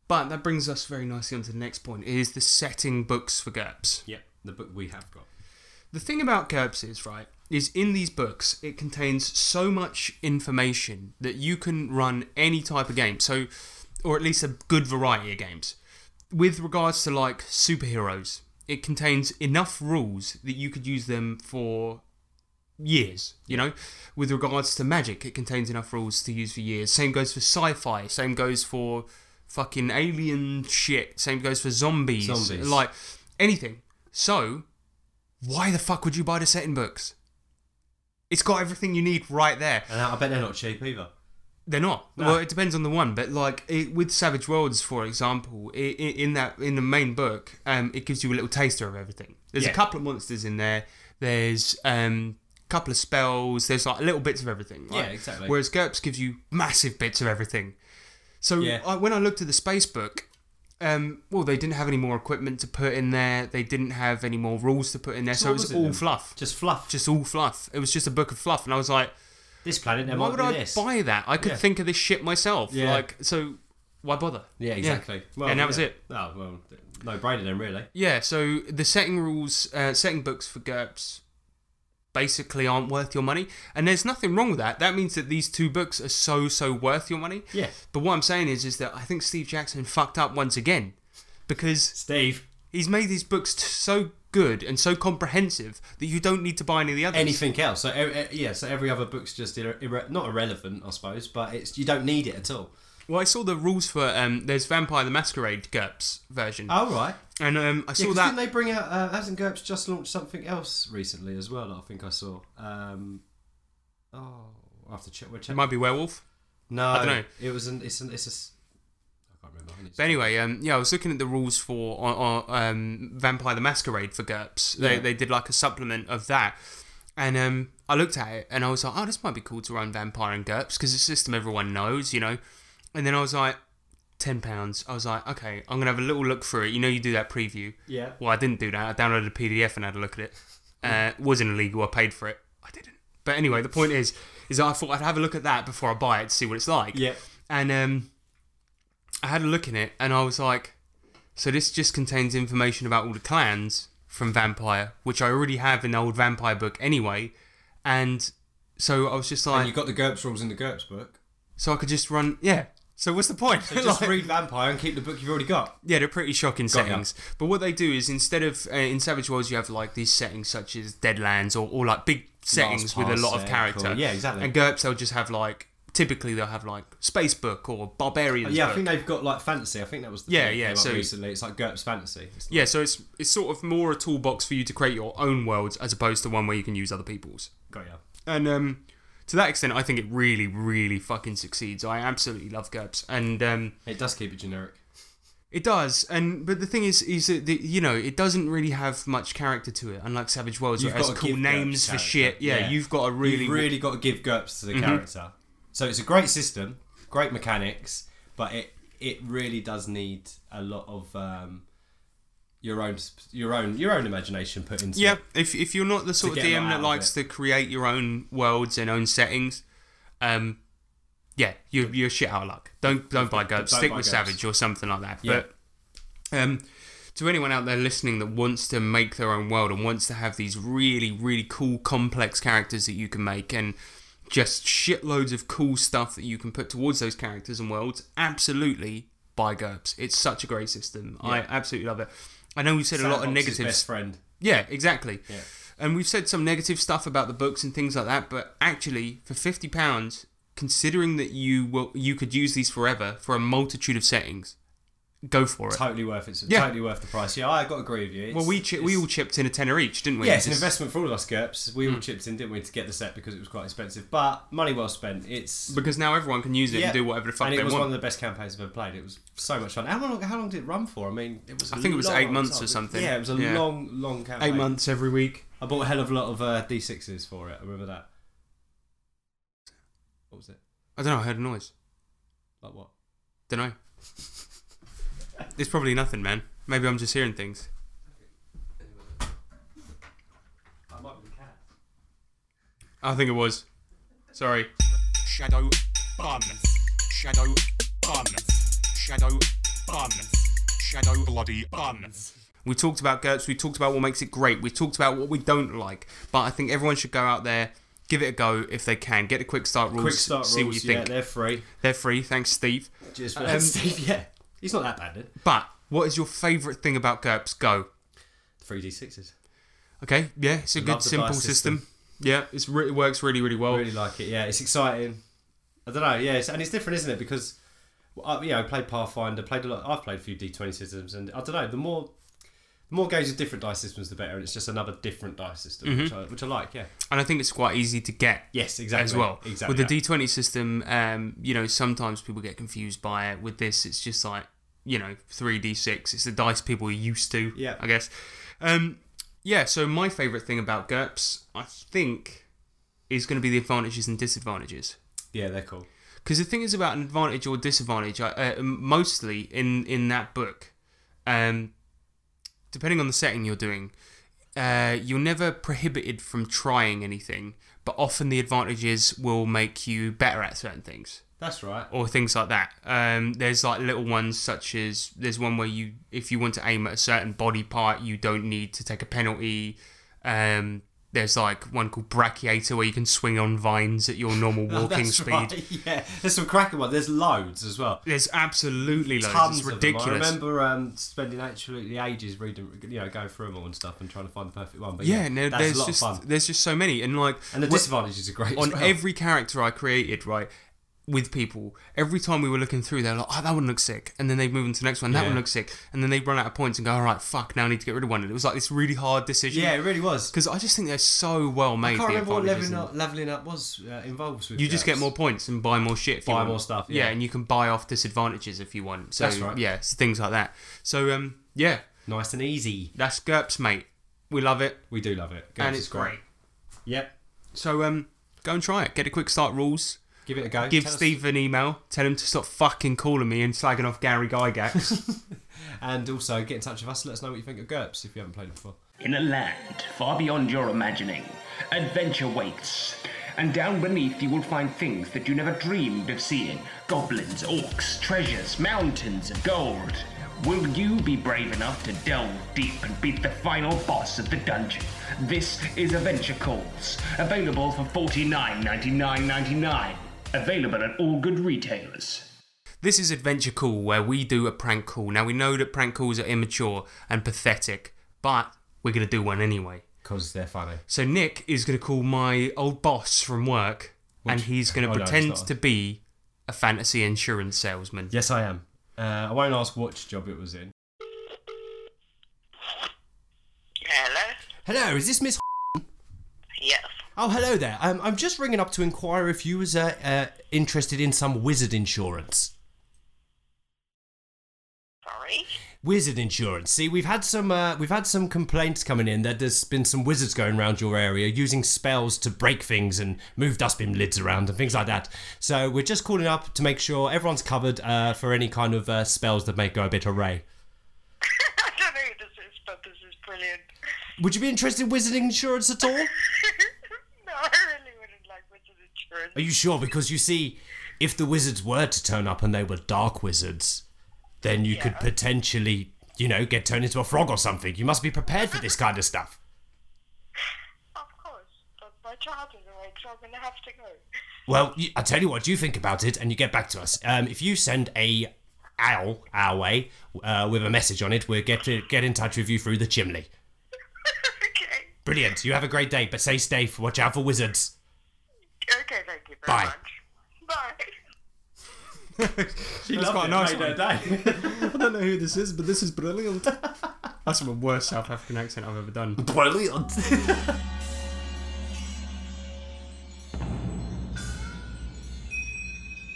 C: But that brings us very nicely onto the next point: is the setting books for GURPS.
D: Yeah, the book we have got.
C: The thing about GURPS is, right, is in these books, it contains so much information that you can run any type of game. So, or at least a good variety of games. With regards to like superheroes, it contains enough rules that you could use them for years, you know? With regards to magic, it contains enough rules to use for years. Same goes for sci fi, same goes for fucking alien shit, same goes for zombies.
D: Zombies.
C: Like anything. So, why the fuck would you buy the setting books? It's got everything you need right there.
D: And I bet they're not cheap either.
C: They're not.
D: No.
C: Well, it depends on the one, but like it, with Savage Worlds, for example, i i in that in the main book, um, it gives you a little taster of everything. There's a
D: Yeah.
C: couple of monsters in there. There's um, a couple of spells. There's like little bits of everything. right?
D: Yeah, exactly.
C: Whereas GURPS gives you massive bits of everything. So
D: Yeah.
C: I, when I looked at the space book, um, well, they didn't have any more equipment to put in there. They didn't have any more rules to put in there. So,
D: what
C: it was,
D: was it
C: all
D: then?
C: fluff.
D: Just fluff. Just
C: Just all fluff. It was just a book of fluff, and I was like.
D: this planet. There
C: Why
D: might
C: would
D: be
C: I
D: this.
C: buy that? I could
D: Yeah.
C: think of this shit myself.
D: Yeah.
C: Like, so why bother?
D: Yeah, exactly.
C: and that was
D: yeah.
C: it.
D: Oh well, no brainer then, really.
C: Yeah. So the setting rules, uh, setting books for GURPS, basically aren't worth your money, and there's nothing wrong with that. That means that these two books are so so worth your money.
D: Yeah.
C: But what I'm saying is, is that I think Steve Jackson fucked up once again, because
D: Steve,
C: he's made these books t- so good and so comprehensive that you don't need to buy any of the others.
D: anything else? So e- e- yeah, so every other book's just irre- irre- not irrelevant, I suppose, but it's you don't need it at all.
C: Well, I saw the rules for um, there's Vampire the Masquerade GURPS version,
D: All right.
C: and um, I
D: Ah. Yeah,
C: saw
D: 'cause
C: that.
D: didn't they bring out? Uh, hasn't GURPS just launched something else recently as well? that I think I saw. Um, oh, I have to check. We'll
C: It
D: check.
C: might be werewolf.
D: no,
C: I dunno.
D: It was an. It's an. It's a. s- I can't remember. I need to-
C: But anyway, um, yeah, I was looking at the rules for uh, uh, um, Vampire the Masquerade for GURPS. They,
D: Yeah.
C: they did like a supplement of that. And um, I looked at it and I was like, oh, this might be cool to run Vampire and GURPS because it's a system everyone knows, you know. And then I was like, £10. I was like, okay, I'm going to have a little look through it. You know, you do that preview.
D: Yeah.
C: Well, I didn't do that. I downloaded a PDF and had a look at it. Uh, it wasn't illegal. I paid for it. I didn't. But anyway, the point is, is I thought I'd have a look at that before I buy it to see what it's like.
D: Yeah.
C: And um, I had a look in it, and I was like, so this just contains information about all the clans from Vampire, which I already have in the old Vampire book anyway. And so I was just
D: And
C: like,
D: you got the GURPS rules in the GURPS book.
C: so I could just run, yeah. So what's the point?
D: Just
C: Like-
D: read Vampire and keep the book you've already got.
C: Yeah, they're pretty shocking
D: Got ya.
C: settings. But what they do is instead of uh, in Savage Worlds, you have like these settings such as Deadlands or, or like big settings with a
D: past
C: lot of character.
D: circle. Yeah, exactly.
C: And GURPS, they'll just have like typically they'll have like Space Book or Barbarians.
D: Yeah, I
C: book.
D: think they've got like fantasy. I think that was the
C: Yeah,
D: thing that
C: yeah,
D: came up
C: so-
D: recently it's like GURPS fantasy. It's like-
C: yeah. So it's it's sort of more a toolbox for you to create your own worlds as opposed to one where you can use other people's.
D: got ya.
C: And um, to that extent, I think it really, really fucking succeeds. I absolutely love GURPS, and um,
D: It does keep it generic.
C: It does, and but the thing is, is that the, you know it doesn't really have much character to it, unlike Savage Worlds,
D: You've
C: where it has
D: got to
C: cool
D: give
C: names
D: GURPS
C: for
D: character.
C: shit. Yeah,
D: Yeah.
C: you've got to really, Mm-hmm.
D: Really, really got to give GURPS to the character. So it's a great system, great mechanics, but it it really does need a lot of um, your own sp- your own your own imagination put into
C: yeah.
D: it.
C: If if you're not the sort of
D: get a lot
C: DM
D: out
C: that
D: of
C: likes to create your own worlds and own settings, um, yeah, you're you're shit out of luck. Don't don't buy GURPS.
D: Don't
C: Stick
D: buy
C: with
D: GURPS.
C: Savage or something like that.
D: Yeah.
C: But um, to anyone out there listening that wants to make their own world and wants to have these really really cool complex characters that you can make and just shitloads of cool stuff that you can put towards those characters and worlds, absolutely by GURPS. It's such a great system. I absolutely love it. I know we've said a lot of
D: Sandbox's
C: negatives.
D: Best friend.
C: Yeah, exactly.
D: Yeah.
C: And we've said some negative stuff about the books and things like that, but actually, for fifty pounds, considering that you will, you could use these forever for a multitude of settings, go for it.
D: Totally worth it.
C: Yeah.
D: Totally worth the price. Yeah, I got to agree with you. It's-
C: well, we chi- we all chipped in Mm. a tenner each, didn't we?
D: Yeah, it's an
C: Just-
D: investment for all of us, GURPS. We all chipped in, didn't we, to get the set because it was quite expensive. But money well spent. It's
C: because now everyone can use it
D: yeah.
C: and do whatever the fuck
D: And it
C: they
D: was
C: want.
D: one of the best campaigns I've ever played. It was so much fun. How long? How long did it run for? I mean, it was. I
C: I think it was eight months or something.
D: Yeah, it was a
C: Yeah.
D: long, long campaign.
C: Eight months every week.
D: I bought a hell of a lot of uh, D6s for it. I remember that. What was it?
C: I don't know. I heard a noise.
D: Like what?
C: Don't know. it's probably nothing, man. Maybe I'm just hearing things.
D: I might be the cat.
C: I think it was. Sorry.
G: Shadow Bun. Shadow Bun. Shadow Bun. Shadow Bloody Bun.
C: We talked about GURPS, we talked about what makes it great, we talked about what we don't like, but I think everyone should go out there, give it a go if they can. Get the quick start rules,
D: Quick start
C: see
D: rules.
C: what you
D: Yeah,
C: think.
D: they're free.
C: They're free, thanks Steve.
D: Just for Steve. Yeah, he's not that bad. Then.
C: But what is your favourite thing about GURPS? Go.
D: Three D6s.
C: Okay, yeah, it's a good
D: the
C: simple
D: bar
C: system. Yeah, it's re- it works really, really well.
D: I really like it. Yeah, it's exciting. I don't know. Yeah, it's, and it's different, isn't it? Because well, I, you know, I played Pathfinder, played a lot. I've played a few D twenty systems, and I don't know. The more, the more games with different dice systems, the better. And it's just another different dice system,
C: Mm-hmm.
D: which, I, which I like. Yeah.
C: And I think it's quite easy to get.
D: Yes, exactly.
C: As well.
D: Exactly.
C: With the D20 system, um, you know, sometimes people get confused by it. With this, it's just like, you know, 3D6. It's the dice people are used to,
D: Yeah.
C: I guess. Um, yeah, so my favourite thing about GURPS, I think, is going to be the advantages and disadvantages.
D: yeah, they're cool.
C: Because the thing is about an advantage or disadvantage, I- uh, m- mostly in, in that book, um, depending on the setting you're doing, uh, you're never prohibited from trying anything, but often the advantages will make you better at certain things
D: That's right.
C: or things like that. Um, there's like little ones such as there's one where you if you want to aim at a certain body part, you don't need to take a penalty. Um, there's like one called Brachiator where you can swing on vines at your normal
D: Oh,
C: walking
D: that's
C: speed.
D: right, Yeah, there's some cracking ones. There's loads as well.
C: There's absolutely loads.
D: Tons
C: it's
D: of them.
C: ridiculous.
D: I remember um, spending absolutely ages reading, you know, going through them all and stuff, and trying to find the perfect one. But yeah,
C: yeah, no,
D: that's a
C: there's
D: lot
C: just
D: of fun.
C: there's just so many, and like
D: And the
C: wh-
D: disadvantages are great. as
C: on
D: well.
C: every character I created, right, with people, every time we were looking through, they're like, oh, that one looks sick. And then they move on to the next one, that
D: Yeah.
C: one looks sick. And then they run out of points and go, all right, fuck, now I need to get rid of one. And it was like this really hard decision.
D: yeah, it really was.
C: Because I just think they're so well made.
D: I can't
C: the
D: remember what
C: advantages and-
D: leveling up, leveling up was uh, involved with.
C: You just
D: GURPS.
C: get more points and buy more shit. If you
D: Buy
C: want.
D: more stuff, yeah.
C: and you can buy off disadvantages if you want. So
D: That's right.
C: Yeah, so things like that. So um, yeah,
D: nice and easy.
C: that's GURPS, mate. We love it,
D: We do love it,
C: and
D: Girls
C: it's
D: is
C: great.
D: Yep,
C: So um, go and try it. Get a quick start rules.
D: give it a go.
C: Give
D: Tell us-
C: Steve an email. Tell him to stop fucking calling me and slagging off Gary Gygax.
D: and also get in touch with us. Let us know what you think of GURPS if you haven't played it before.
E: In a land far beyond your imagining, adventure waits. And down beneath, you will find things that you never dreamed of seeing goblins, orcs, treasures, mountains of gold. Will you be brave enough to delve deep and beat the final boss of the dungeon? This is Adventure Calls, available for $49.99.99. Available at all good retailers.
C: this is Adventure Call, where we do a prank call. Now we know that prank calls are immature and pathetic, but we're gonna do one anyway.
D: Because they're funny.
C: So Nick is gonna call my old boss from work, and he's gonna
D: Oh, no, it's
C: pretend
D: not.
C: to be a fantasy insurance salesman.
D: Yes, I am. Uh, I won't ask what job it was in.
H: Hello?
D: Hello, is this Miss?
H: Yes.
D: Oh, hello there. Um, I'm just ringing up to inquire if you was uh, uh, interested in some wizard insurance.
H: Sorry?
D: Wizard insurance. See, we've had some uh, we've had some complaints coming in that there's been some wizards going around your area using spells to break things and move dustbin lids around and things like that. So we're just calling up to make sure everyone's covered uh, for any kind of uh, spells that may go a bit awry.
H: I don't know who this is, but this is brilliant.
D: Would you be interested in wizard insurance at all?
H: no, I really wouldn't like wizard insurance.
D: Are you sure? Because you see, if the wizards were to turn up and they were dark wizards, then you could potentially, you know, get turned into a frog or something. You must be prepared for this kind of stuff.
H: Of course. But my child is awake, so I'm going to have to go.
D: Well, you, I tell you what, you think about it and you get back to us. Um, if you send a owl our way uh, with a message on it, we'll get to get in touch with you through the chimney.
H: okay.
D: Brilliant. You have a great day, but stay safe. Watch out for wizards.
H: Okay, thank you very
D: Bye.
H: much. Bye.
D: She
C: That's loved quite it. nice Made
D: day.
C: I don't know who this is, but this is brilliant. That's the worst South African accent I've ever done.
D: Brilliant.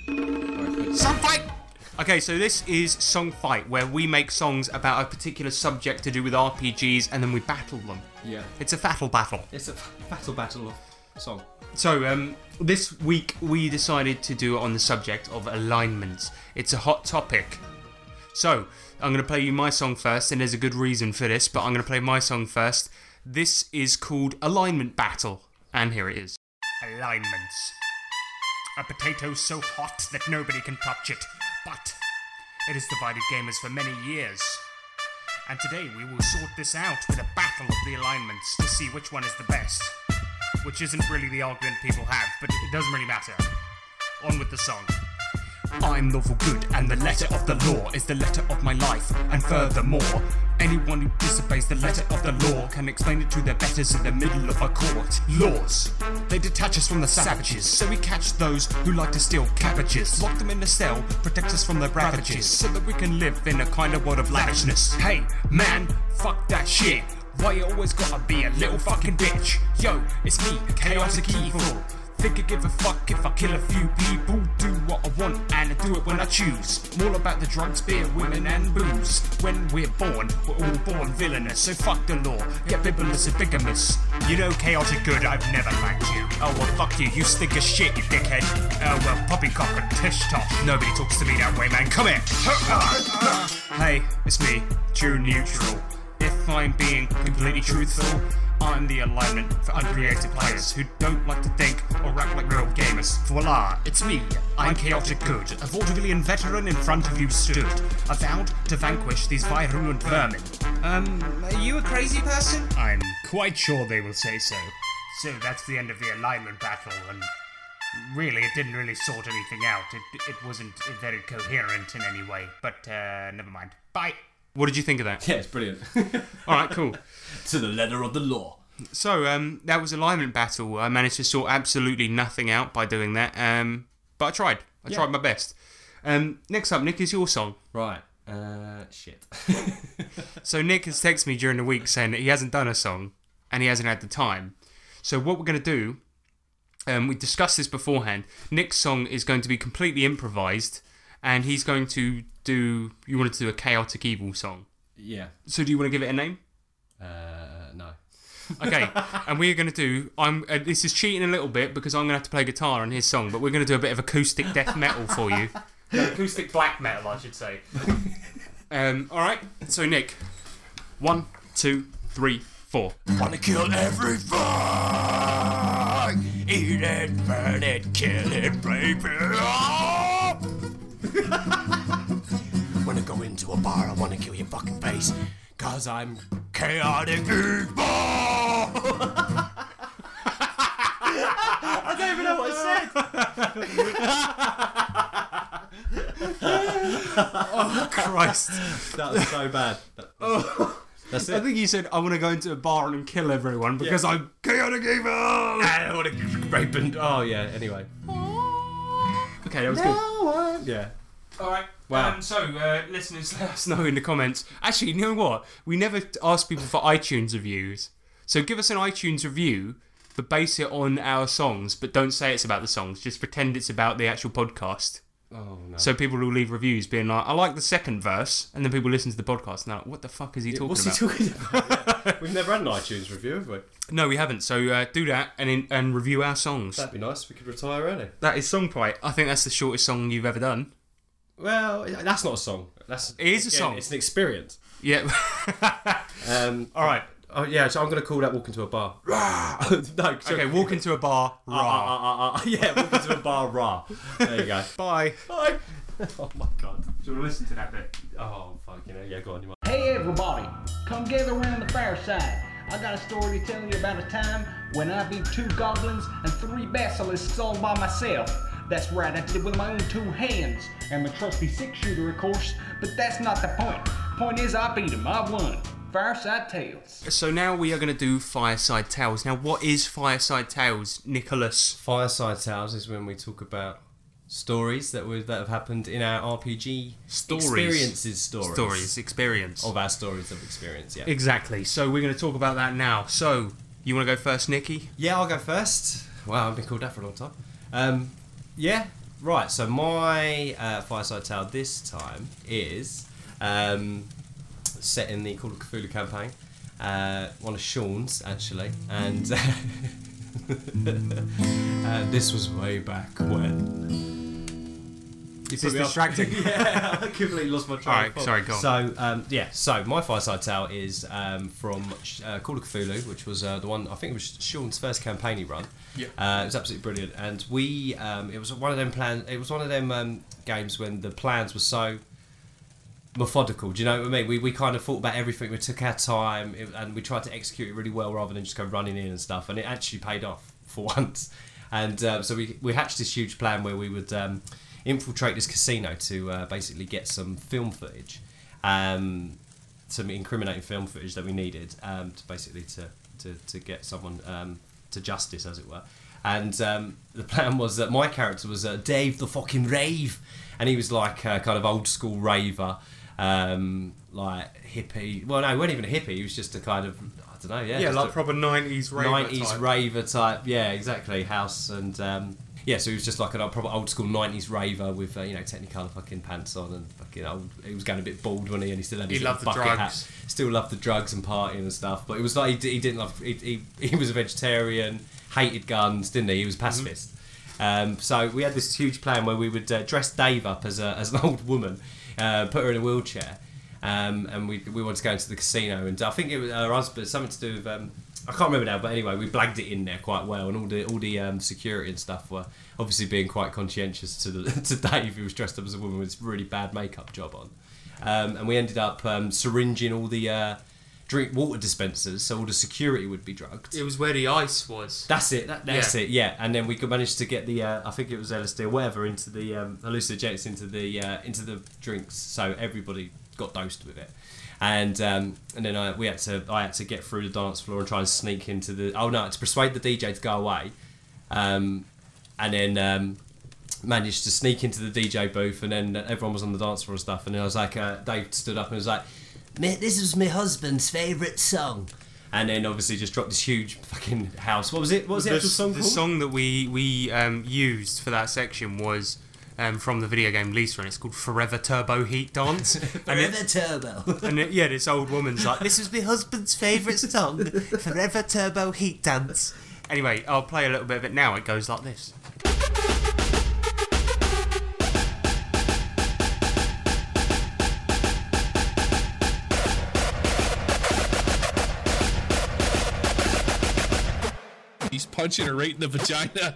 C: Song fight. Okay, so this is song fight, where we make songs about a particular subject to do with RPGs, and then we battle them.
D: Yeah.
C: It's a battle battle.
D: It's a battle battle of song.
C: So, um, this week we decided to do it on the subject of alignments. It's a hot topic. So, I'm going to play you my song first, and there's a good reason for this, but I'm going to play my song first. This is called Alignment Battle, and here it is.
I: alignments. A potato so hot that nobody can touch it, but it has divided gamers for many years. And today we will sort this out with a battle of the alignments to see which one is the best. Which isn't really the argument people have, but it doesn't really matter. On with the song. I'm lawful good, and the letter of the law is the letter of my life. And furthermore, anyone who disobeys the letter of the law can explain it to their betters in the middle of a court. Laws, they detach us from the savages, so we catch those who like to steal cabbages. Lock them in a cell, protect us from their ravages, so that we can live in a kind of world of lavishness. Hey, man, fuck that shit. Why you always gotta be a little fucking bitch? Yo, it's me, chaotic evil. Think I give a fuck if I kill a few people? Do what I want and I do it when I choose. I'm all about the drugs, beer, women, and booze. When we're born, we're all born villainous, so fuck the law. Get biblious and bigamous. You know, chaotic good, I've never liked you. Oh well, fuck you, you stink of shit, you dickhead. Oh well, poppycock and tish tosh. Nobody talks to me that way, man. Come here. Hey, it's me, Drew Neutral. If I'm being completely truthful, I'm the alignment for uncreative players who don't like to think or act like real gamers. Voila, it's me. I'm Chaotic Good, a vaudevillian veteran in front of you stood, avowed to vanquish these virulent vermin. Um, are you a crazy person? I'm quite sure they will say so. So that's the end of the alignment battle, and really, it didn't really sort anything out. It, it wasn't very coherent in any way, but uh, never mind. Bye.
C: What did you think of that?
D: Yeah, it's brilliant.
C: All right, cool.
D: to the letter of the law.
C: So um, that was alignment battle. I managed to sort absolutely nothing out by doing that, um, but I tried. I tried my best. Um, next up, Nick is your song.
D: Right. Uh, shit.
C: So Nick has texted me during the week saying that he hasn't done a song and he hasn't had the time. So what we're going to do, um, we discussed this beforehand. Nick's song is going to be completely improvised, and he's going to do. You wanted to do a chaotic evil song.
D: yeah.
C: So do you want to give it a name?
D: Uh, no.
C: Okay, and we're going to do. I'm. Uh, this is cheating a little bit because I'm going to have to play guitar on his song, but we're going to do a bit of acoustic death metal for you. acoustic black metal, I should say. um. All right. So Nick, one, two, three, four.
G: Wanna kill everything! Eat it, burn it, kill it, break it up! wanna go into a bar, I wanna kill your fucking face. Cause I'm chaotic evil!
C: Christ.
D: That was so bad. That's
C: I
D: it.
C: think you said I want to go into a bar and kill everyone because I'm chaotic evil.
D: I don't want to rape and. Oh, yeah, anyway.
C: Okay, that was good.
D: Yeah.
C: All right.
D: Wow.
C: Um, so, uh, listeners, let us know in the comments. Actually, you know what? We never t- ask people for iTunes reviews. So give us an iTunes review, but base it on our songs. But don't say it's about the songs. Just pretend it's about the actual podcast.
D: Oh, no.
C: So people will leave reviews being like, "I like the second verse," and then people listen to the podcast and they're like, "What the fuck is he talking
D: What's
C: about?"
D: he talking about? Yeah. We've never had an iTunes review, have we?
C: no, we haven't. So uh, do that and in- and review our songs.
D: That'd be nice. We could retire early.
C: That is song pride. I think that's the shortest song you've ever done.
D: Well, that's not a song. That's
C: It is a song.
D: It's an experience.
C: Yeah.
D: Um,
C: All right.
D: oh, yeah, so I'm going to call that walking to a bar. Rah! no, sorry.
C: Okay. Walk into a bar.
D: Ah,
C: Rah.
D: ah, ah, ah, ah. Yeah, walking to a bar. Rah. There you go.
C: Bye.
D: Bye. Oh my god. Do you want to listen to that bit? Oh fucking hell. Yeah, go on. You might.
E: Hey everybody, come gather around the fireside. I got a story to tell you about a time when I beat two goblins and three basilisks all by myself. That's right, I did it with my own two hands. And my trusty six shooter, of course, but that's not the point. Point is, I beat him, I won. Fireside Tales.
C: So now we are going to do Fireside Tales. Now, what is Fireside Tales, Nicholas?
D: Fireside Tales is when we talk about stories that were that have happened in our RPG
C: Stories.
D: experiences stories
C: Stories, experience.
D: of our stories of experience. Yeah,
C: Exactly. So we're going to talk about that now. So you want to go first, Nikki?
D: yeah, I'll go first. Wow, I've been called that for a long time. Um, yeah, right. So my uh, Fireside Tale this time is um, set in the Call of Cthulhu campaign. Uh, one of Sean's actually, and uh, this was way back when. This
C: is distracting.
D: yeah, I completely lost my train.
C: Alright,
D: of thought.
C: sorry, go on.
D: So um, yeah, so my fireside tale is um, from uh, Call of Cthulhu, which was uh, the one I think it was Sean's first campaign he run. Yeah, uh, it was absolutely brilliant, and we um, it was one of them plans. It was one of them um, games when the plans were so methodical. Do you know what I mean? We, we kind of thought about everything. We took our time it- and we tried to execute it really well rather than just go running in and stuff. And it actually paid off for once. And uh, so we, we hatched this huge plan where we would um, infiltrate this casino to uh, basically get some film footage, um, some incriminating film footage that we needed um, to basically to, to, to get someone um, to justice, as it were. And um, the plan was that my character was uh, Dave the fucking rave, and he was like a kind of old school raver, um, like hippie. Well, no, he wasn't even a hippie. He was just a kind of I don't know. Yeah, just a-
C: proper nineties
D: 90s raver type. Yeah, exactly. House and um, yeah, so he was just like an old, proper old school 90s raver with uh, you know Technicolor fucking pants on and fucking old. He was going a bit bald when he and he still had his
C: He
D: little
C: loved the
D: bucket
C: drugs.
D: hat. Still loved the drugs and partying and stuff. But it was like he, d- he didn't love. He, he, he was a vegetarian, hated guns, didn't he? He
C: Mm-hmm.
D: was a pacifist. Um, so we had this huge plan where we would uh, dress Dave up as, a, as an old woman, uh, put her in a wheelchair, um, and we, we wanted to go into the casino. And I think it was her husband, something to do with um, I can't remember now, but anyway, we blagged it in there quite well, and all the all the um, security and stuff were obviously being quite conscientious to the to Dave, who was dressed up as a woman with this really bad makeup job on. Um, and we ended up um, syringing all the uh, drink water dispensers, so all the security would be drugged.
C: It was where the ice was.
D: That's it. That, that's
C: Yeah.
D: it. Yeah, and then we could manage to get the uh, I think it was LSD or whatever into the um, hallucinogenics into the uh, into the drinks, so everybody got dosed with it. And um, and then I we had to I had to get through the dance floor and try and sneak into the oh no to persuade the DJ to go away, um, and then um, managed to sneak into the DJ booth, and then everyone was on the dance floor and stuff. And then I was like, uh, Dave stood up and was like, "Me- "This is my husband's favourite song." And then obviously just dropped this huge fucking house. What was it? What was the,
C: the,
D: actual song
C: the
D: called?
C: song that we we um, used for that section was um, from the video game Lisa, and it's called Forever Turbo Heat Dance. and it,
F: River Turbo.
C: and it- yeah, this old woman's like, "This is my husband's favourite song, Forever Turbo Heat Dance." Anyway, I'll play a little bit of it now. It goes like this.
J: He's punching her right in the vagina.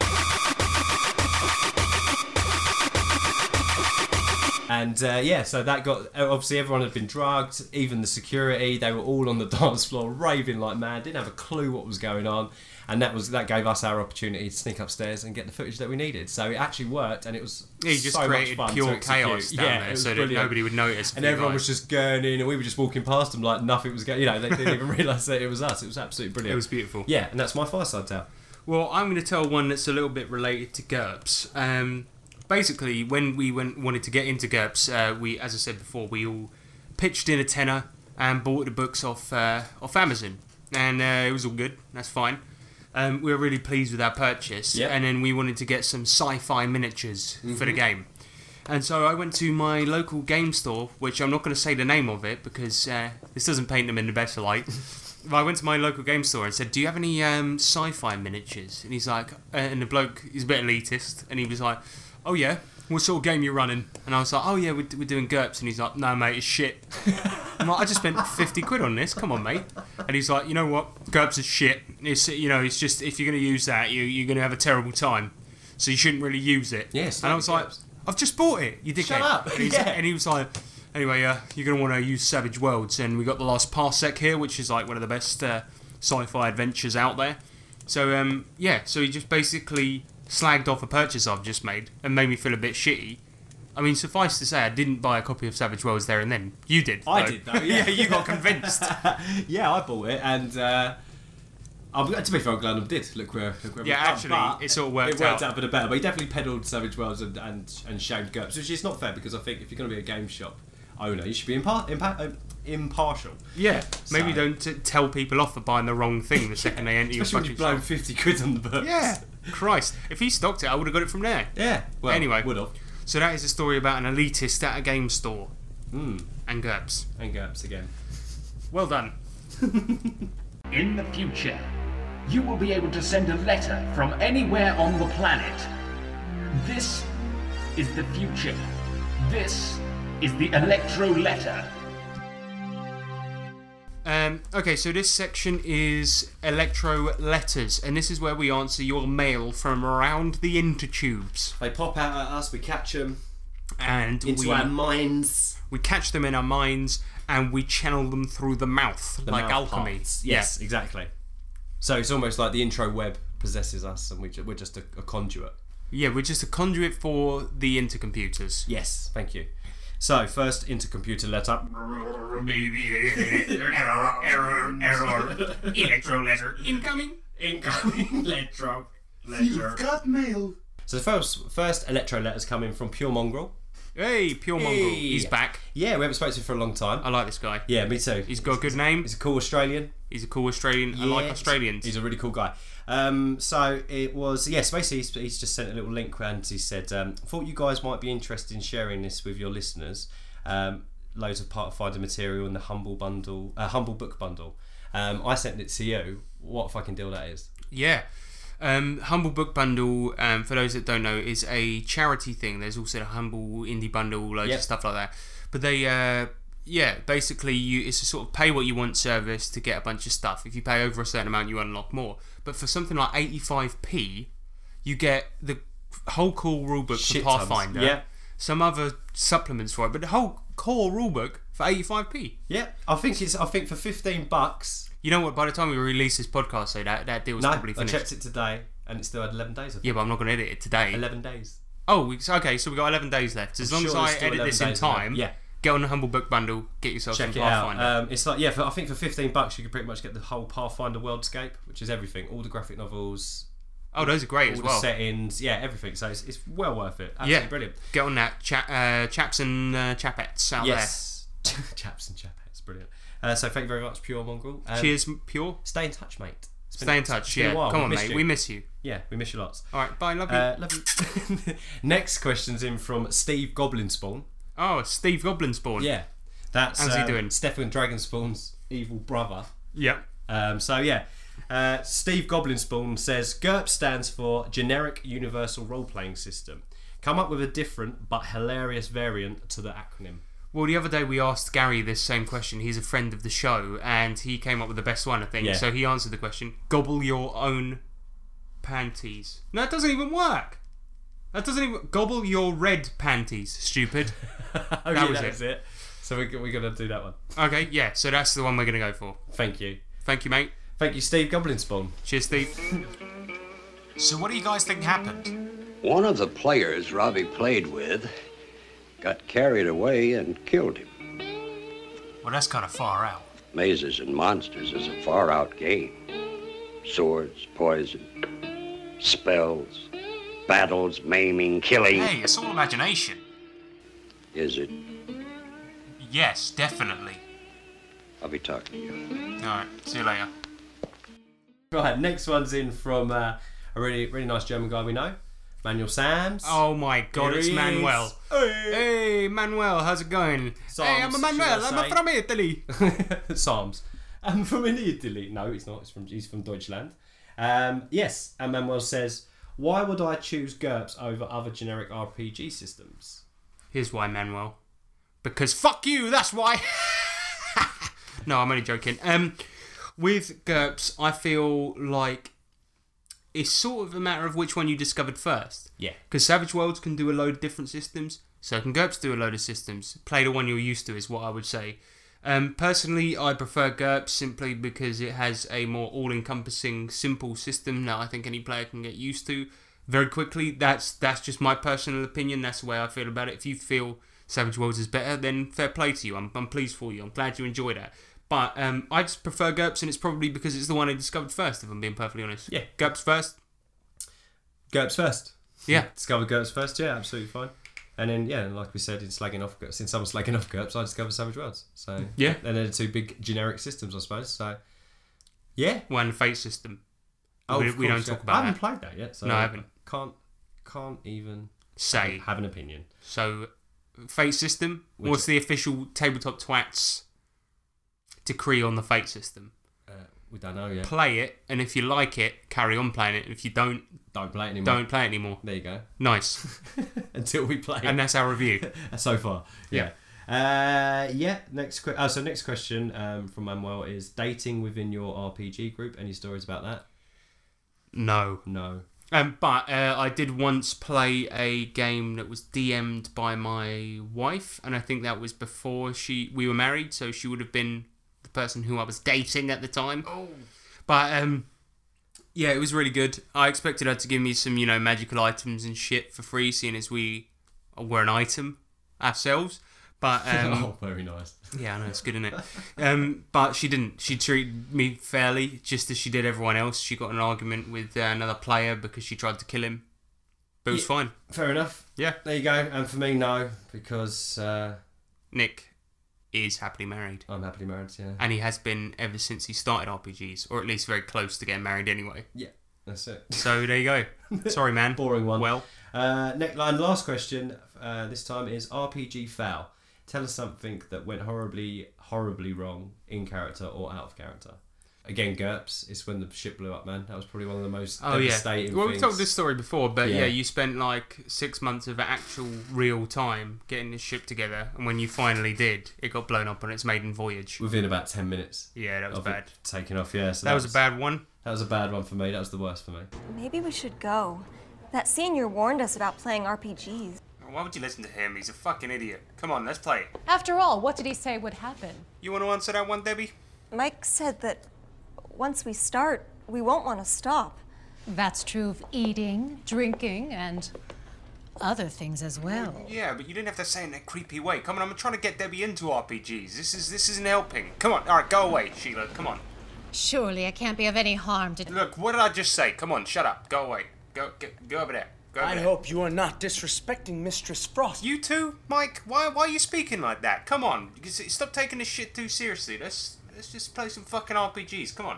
D: And uh, yeah, so that got obviously everyone had been drugged, even the security. They were all on the dance floor raving like mad. Didn't have a clue what was going on, and that was that gave us our opportunity to sneak upstairs and get the footage that we needed. So it actually worked, and it was
C: He just
D: so much
C: created
D: fun to
C: pure
D: execute.
C: chaos down
D: Yeah, it
C: there,
D: was
C: so that
D: brilliant.
C: nobody would notice. for
D: And
C: you
D: everyone
C: guys.
D: was just gurning, and we were just walking past them like nothing was going. You know, they didn't even realise that it was us. It was absolutely brilliant.
C: It was beautiful.
D: Yeah, and that's my fireside tale.
C: Well, I'm going to tell one that's a little bit related to GURPS. Um, basically, when we went, wanted to get into GURPS, uh, we, as I said before, we all pitched in a tenner and bought the books off uh, off Amazon, and uh, it was all good. That's fine. Um, we were really pleased with our purchase,
D: Yep.
C: and then we wanted to get some sci-fi miniatures for the game. And so I went to my local game store, which I'm not going to say the name of it because uh, this doesn't paint them in the best light. but I went to my local game store and said, "Do you have any um, sci-fi miniatures?" And he's like, uh, and the bloke is a bit elitist, and he was like, "Oh yeah, what sort of game you running?" And I was like, "Oh yeah, we're, we're doing GURPS," and he's like, "No mate, it's shit." I'm like, I just spent 50 quid on this. Come on, mate. And he's like, you know what? GURPS is shit. It's, you know, it's just, if you're going to use that, you, you're going to have a terrible time. So you shouldn't really use it.
D: Yeah, it's
C: And I
D: like
C: was like,
D: GURPS.
C: I've just bought it, you dickhead.
D: Shut up.
C: And, he's-
D: Yeah.
C: and he was like, anyway, uh, you're going to want to use Savage Worlds. And we got The Last Parsec here, which is like one of the best uh, sci fi adventures out there. So, um, yeah, so he just basically slagged off a purchase I've just made and made me feel a bit shitty. I mean, suffice to say, I didn't buy a copy of Savage Worlds there and then. You did.
D: I did, though, yeah.
C: you got convinced.
D: yeah, I bought it, and uh, I'm, to be fair, I'm glad I did. Look where, look where we've
C: Yeah,
D: come,
C: actually,
D: but
C: it sort of worked
D: It worked
C: out.
D: out for the better, but he definitely peddled Savage Worlds and and, and shamed GURPS, which is not fair because I think if you're going to be a game shop owner, you should be impar- impar- um, impartial.
C: Yeah, maybe
D: So-
C: don't t- tell people off for buying the wrong thing the second they enter your
D: Especially when
C: fucking
D: you've blown
C: shop.
D: fifty quid on the books.
C: Yeah, Christ! If he stocked it, I would have got it from there.
D: yeah. Well,
C: Anyway.
D: would have
C: So that is a story about an elitist at a game store
D: Hmm.
C: and GURPS.
D: and GURPS again.
C: Well done.
E: In the future, you will be able to send a letter from anywhere on the planet. This is the future. This is the electro letter.
C: Um, okay, so this section is electro letters, and this is where we answer your mail from around the intertubes,
D: They pop out at us. We catch them
C: and
D: into
C: we
D: our minds.
C: we catch them in our minds and we channel them through the mouth,
D: the
C: like
D: mouth
C: alchemy.
D: parts.
C: Yeah.
D: Yes, exactly. So it's almost like the intro web possesses us, and we ju- we're just a, a conduit.
C: yeah, we're just a conduit for the intercomputers.
D: Yes, thank you. So first intercomputer letter.
I: error, error. Electro letter incoming. Incoming electro letter.
D: So the first first electro letters coming from Pure Mongrel.
C: Hey, pure mongrel, he's
D: Hey.
C: back.
D: Yeah, we haven't spoken to him for a long time.
C: I like this guy.
D: yeah, me too.
C: He's got a good name.
D: He's a cool Australian.
C: He's a cool Australian. I like
D: Yeah,
C: Australians.
D: He's a really cool guy. Um, so it was yes. Basically, he's, he's just sent a little link and he said, um, "Thought you guys might be interested in sharing this with your listeners. Um, loads of Pathfinder material in the humble bundle, uh, humble book bundle. Um, I sent it to you. What a fucking deal that is?
C: Yeah. Um, Humble Book Bundle, um, for those that don't know, is a charity thing. There's also a Humble Indie Bundle, loads
D: Yep.
C: of stuff like that. But they, uh, yeah, basically, you it's a sort of pay what you want service to get a bunch of stuff. If you pay over a certain amount, you unlock more. But for something like 85p, you get the whole core rulebook
D: Shit
C: for
D: tons.
C: Pathfinder,
D: Yeah.
C: some other supplements for it, but the whole core rulebook for 85p.
D: Yeah, I think it's. I think for fifteen bucks.
C: You know what? By the time we release this podcast, so that that deal's
D: No,
C: probably
D: I
C: finished.
D: checked it today, and it still had eleven days. I think.
C: Yeah, but I'm not going to edit it today.
D: eleven days.
C: Oh, we, so- okay. So we got eleven days left. As long
D: sure
C: as
D: there's
C: I
D: still
C: edit
D: 11
C: this in
D: days left.
C: time,
D: Yeah.
C: Get on the humble book bundle. Get yourself
D: Check it
C: some
D: out.
C: Pathfinder.
D: Um, it's like yeah, for, I think for fifteen bucks you can pretty much get the whole Pathfinder worldscape, which is everything, all the graphic novels,
C: oh, those are great as
D: all
C: well.
D: the settings, yeah, everything. So it's, it's well worth it. Absolutely
C: yeah,
D: brilliant.
C: Get on that, cha- uh, chaps and uh, chapettes out
D: Yes, chaps and chapettes, brilliant. Uh, so thank you very much, Pure Mongrel. Um,
C: there. Cheers, pure.
D: Stay in touch, mate. It's been-
C: Stay in
D: it's
C: touch.
D: been a
C: Yeah,
D: while.
C: come on,
D: missed
C: mate.
D: you.
C: We miss you.
D: yeah, we miss you lots.
C: All right, bye, love you.
D: Uh, love you. Next question's in from Steve Goblin Spawn.
C: oh, Steve Goblin spawn.
D: Yeah, that's
C: How's he
D: um,
C: doing?
D: Stefan Dragonspawn's evil brother.
C: Yep.
D: Um, so yeah, uh, Steve Goblinspawn says GURP stands for Generic Universal Role Playing System. Come up with a different but hilarious variant to the acronym.
C: Well, the other day we asked Gary this same question. He's a friend of the show, and he came up with the best one, I think.
D: Yeah.
C: So he answered the question: "Gobble your own panties." No, it doesn't even work. That doesn't even gobble your red panties, stupid.
D: Oh,
C: was
D: that
C: it.
D: was it. So we're, we're gonna do that one.
C: okay, yeah. So that's the one we're gonna go for.
D: Thank you,
C: Thank you, mate.
D: thank you, Steve Goblinspawn.
C: Cheers, Steve.
I: So what do you guys think happened?
K: One of the players Robbie played with got carried away and killed him.
I: Well, that's kind of far out.
K: Mazes and Monsters is a far out game. Swords, poison, spells, battles, maiming, killing.
I: Hey, it's all imagination.
K: Is it?
C: Yes, definitely.
K: I'll be talking to you.
C: All right. See you later.
D: Right, next one's in from uh, a really really nice German guy we know, Manuel Sams.
C: Oh my God,
D: Here
C: it's
D: he is.
C: Manuel. Hey, Manuel, how's it going? hey, I'm
D: Psalms,
C: Manuel.
D: should
C: I'm
D: I say?
C: from Italy.
D: Psalms. I'm from Italy. No, it's not. It's from he's from Deutschland. Um, yes, and Manuel says, why would I choose GURPS over other generic RPG systems?
C: Here's why, Manuel. Because fuck you, that's why. no, I'm only joking. Um, with GURPS, I feel like it's sort of a matter of which one you discovered first.
D: Yeah.
C: Because Savage Worlds can do a load of different systems, so can GURPS do a load of systems. Play the one you're used to is what I would say. Um, personally, I prefer GURPS simply because it has a more all encompassing, simple system that I think any player can get used to very quickly. That's that's just my personal opinion. That's the way I feel about it. If you feel Savage Worlds is better, then fair play to you. I'm, I'm pleased for you. I'm glad you enjoyed that. But um, I just prefer GURPS, and it's probably because it's the one I discovered first, if I'm being perfectly honest.
D: Yeah.
C: GURPS first.
D: GURPS first.
C: Yeah.
D: Discover GURPS first. Yeah, absolutely fine. And then, yeah, like we said, in slagging off, GURPS, since I'm slagging off GURPS, I discovered Savage Worlds. So
C: Yeah.
D: and they're the two big generic systems, I suppose. So yeah,
C: One Fate System.
D: Oh,
C: we,
D: of
C: we
D: course,
C: don't talk
D: yeah.
C: about
D: I haven't
C: that.
D: played that yet, so
C: No, I haven't.
D: Can't can't even
C: Say.
D: have an opinion.
C: So, Fate System.
D: Which-
C: What's the official tabletop twats decree on the Fate System?
D: Uh, we don't know yet.
C: Play it, and if you like it, carry on playing it. And if you don't,
D: Don't play it anymore.
C: don't play it anymore.
D: There you go.
C: Nice.
D: Until we play.
C: and that's our review.
D: so far. Yeah. Uh, yeah. Next. Que- oh, so next question um, from Manuel is dating within your RPG group. Any stories about that?
C: No.
D: No.
C: Um, but uh, I did once play a game that was DM'd by my wife, and I think that was before she we were married, so she would have been the person who I was dating at the time. Oh. But um, yeah, it was really good. I expected her to give me some, you know, magical items and shit for free, seeing as we were an item ourselves. But um,
D: oh, very nice.
C: Yeah, I know it's good, isn't it? Um, but she didn't. She treated me fairly, just as she did everyone else. She got in an argument with uh, another player because she tried to kill him, but it was
D: Yeah.
C: fine.
D: Fair enough.
C: Yeah.
D: There you go. And for me, no, because uh,
C: Nick is happily married,
D: I'm happily married. Yeah.
C: and he has been ever since he started RPGs, or at least very close to getting married anyway.
D: Yeah. That's it.
C: So there you go. Sorry, man.
D: Boring one.
C: Well,
D: Uh, next line, last question. Uh, this time is RPG foul. Tell us something that went horribly, horribly wrong in character or out of character. Again, GURPS. It's when the ship blew up, man. That was probably one of the most
C: oh yeah.
D: devastating
C: Well, we've
D: things.
C: told this story before, but
D: Yeah.
C: yeah, you spent like six months of actual real time getting this ship together, and when you finally did, it got blown up on its maiden voyage.
D: within about ten minutes.
C: Yeah, that was
D: of it
C: bad.
D: Taking off, yeah. So
C: That was a bad one.
D: That was a bad one for me. That was the worst for me.
L: Maybe we should go. That senior warned us about playing RPGs.
C: Why would you listen to him? He's a fucking idiot. Come on, let's play.
M: After all, what did he say would happen?
C: You want to answer that one, Debbie?
L: Mike said that once we start, we won't want to stop.
M: That's true of eating, drinking, and other things as well.
C: Oh. Yeah, but you didn't have to say it in that creepy way. Come on, I'm trying to get Debbie into RPGs. This is this isn't helping. Come on, all right, go away, Sheila. Come on.
M: Surely it can't be of any harm to.
C: Look, what did I just say? Come on, shut up. Go away. Go get, go over there. Go over
N: I
C: there.
N: hope you are not disrespecting Mistress Frost.
C: You too, Mike. Why why are you speaking like that? Come on, You s- stop taking this shit too seriously. Let's let's just play some fucking RPGs. Come on.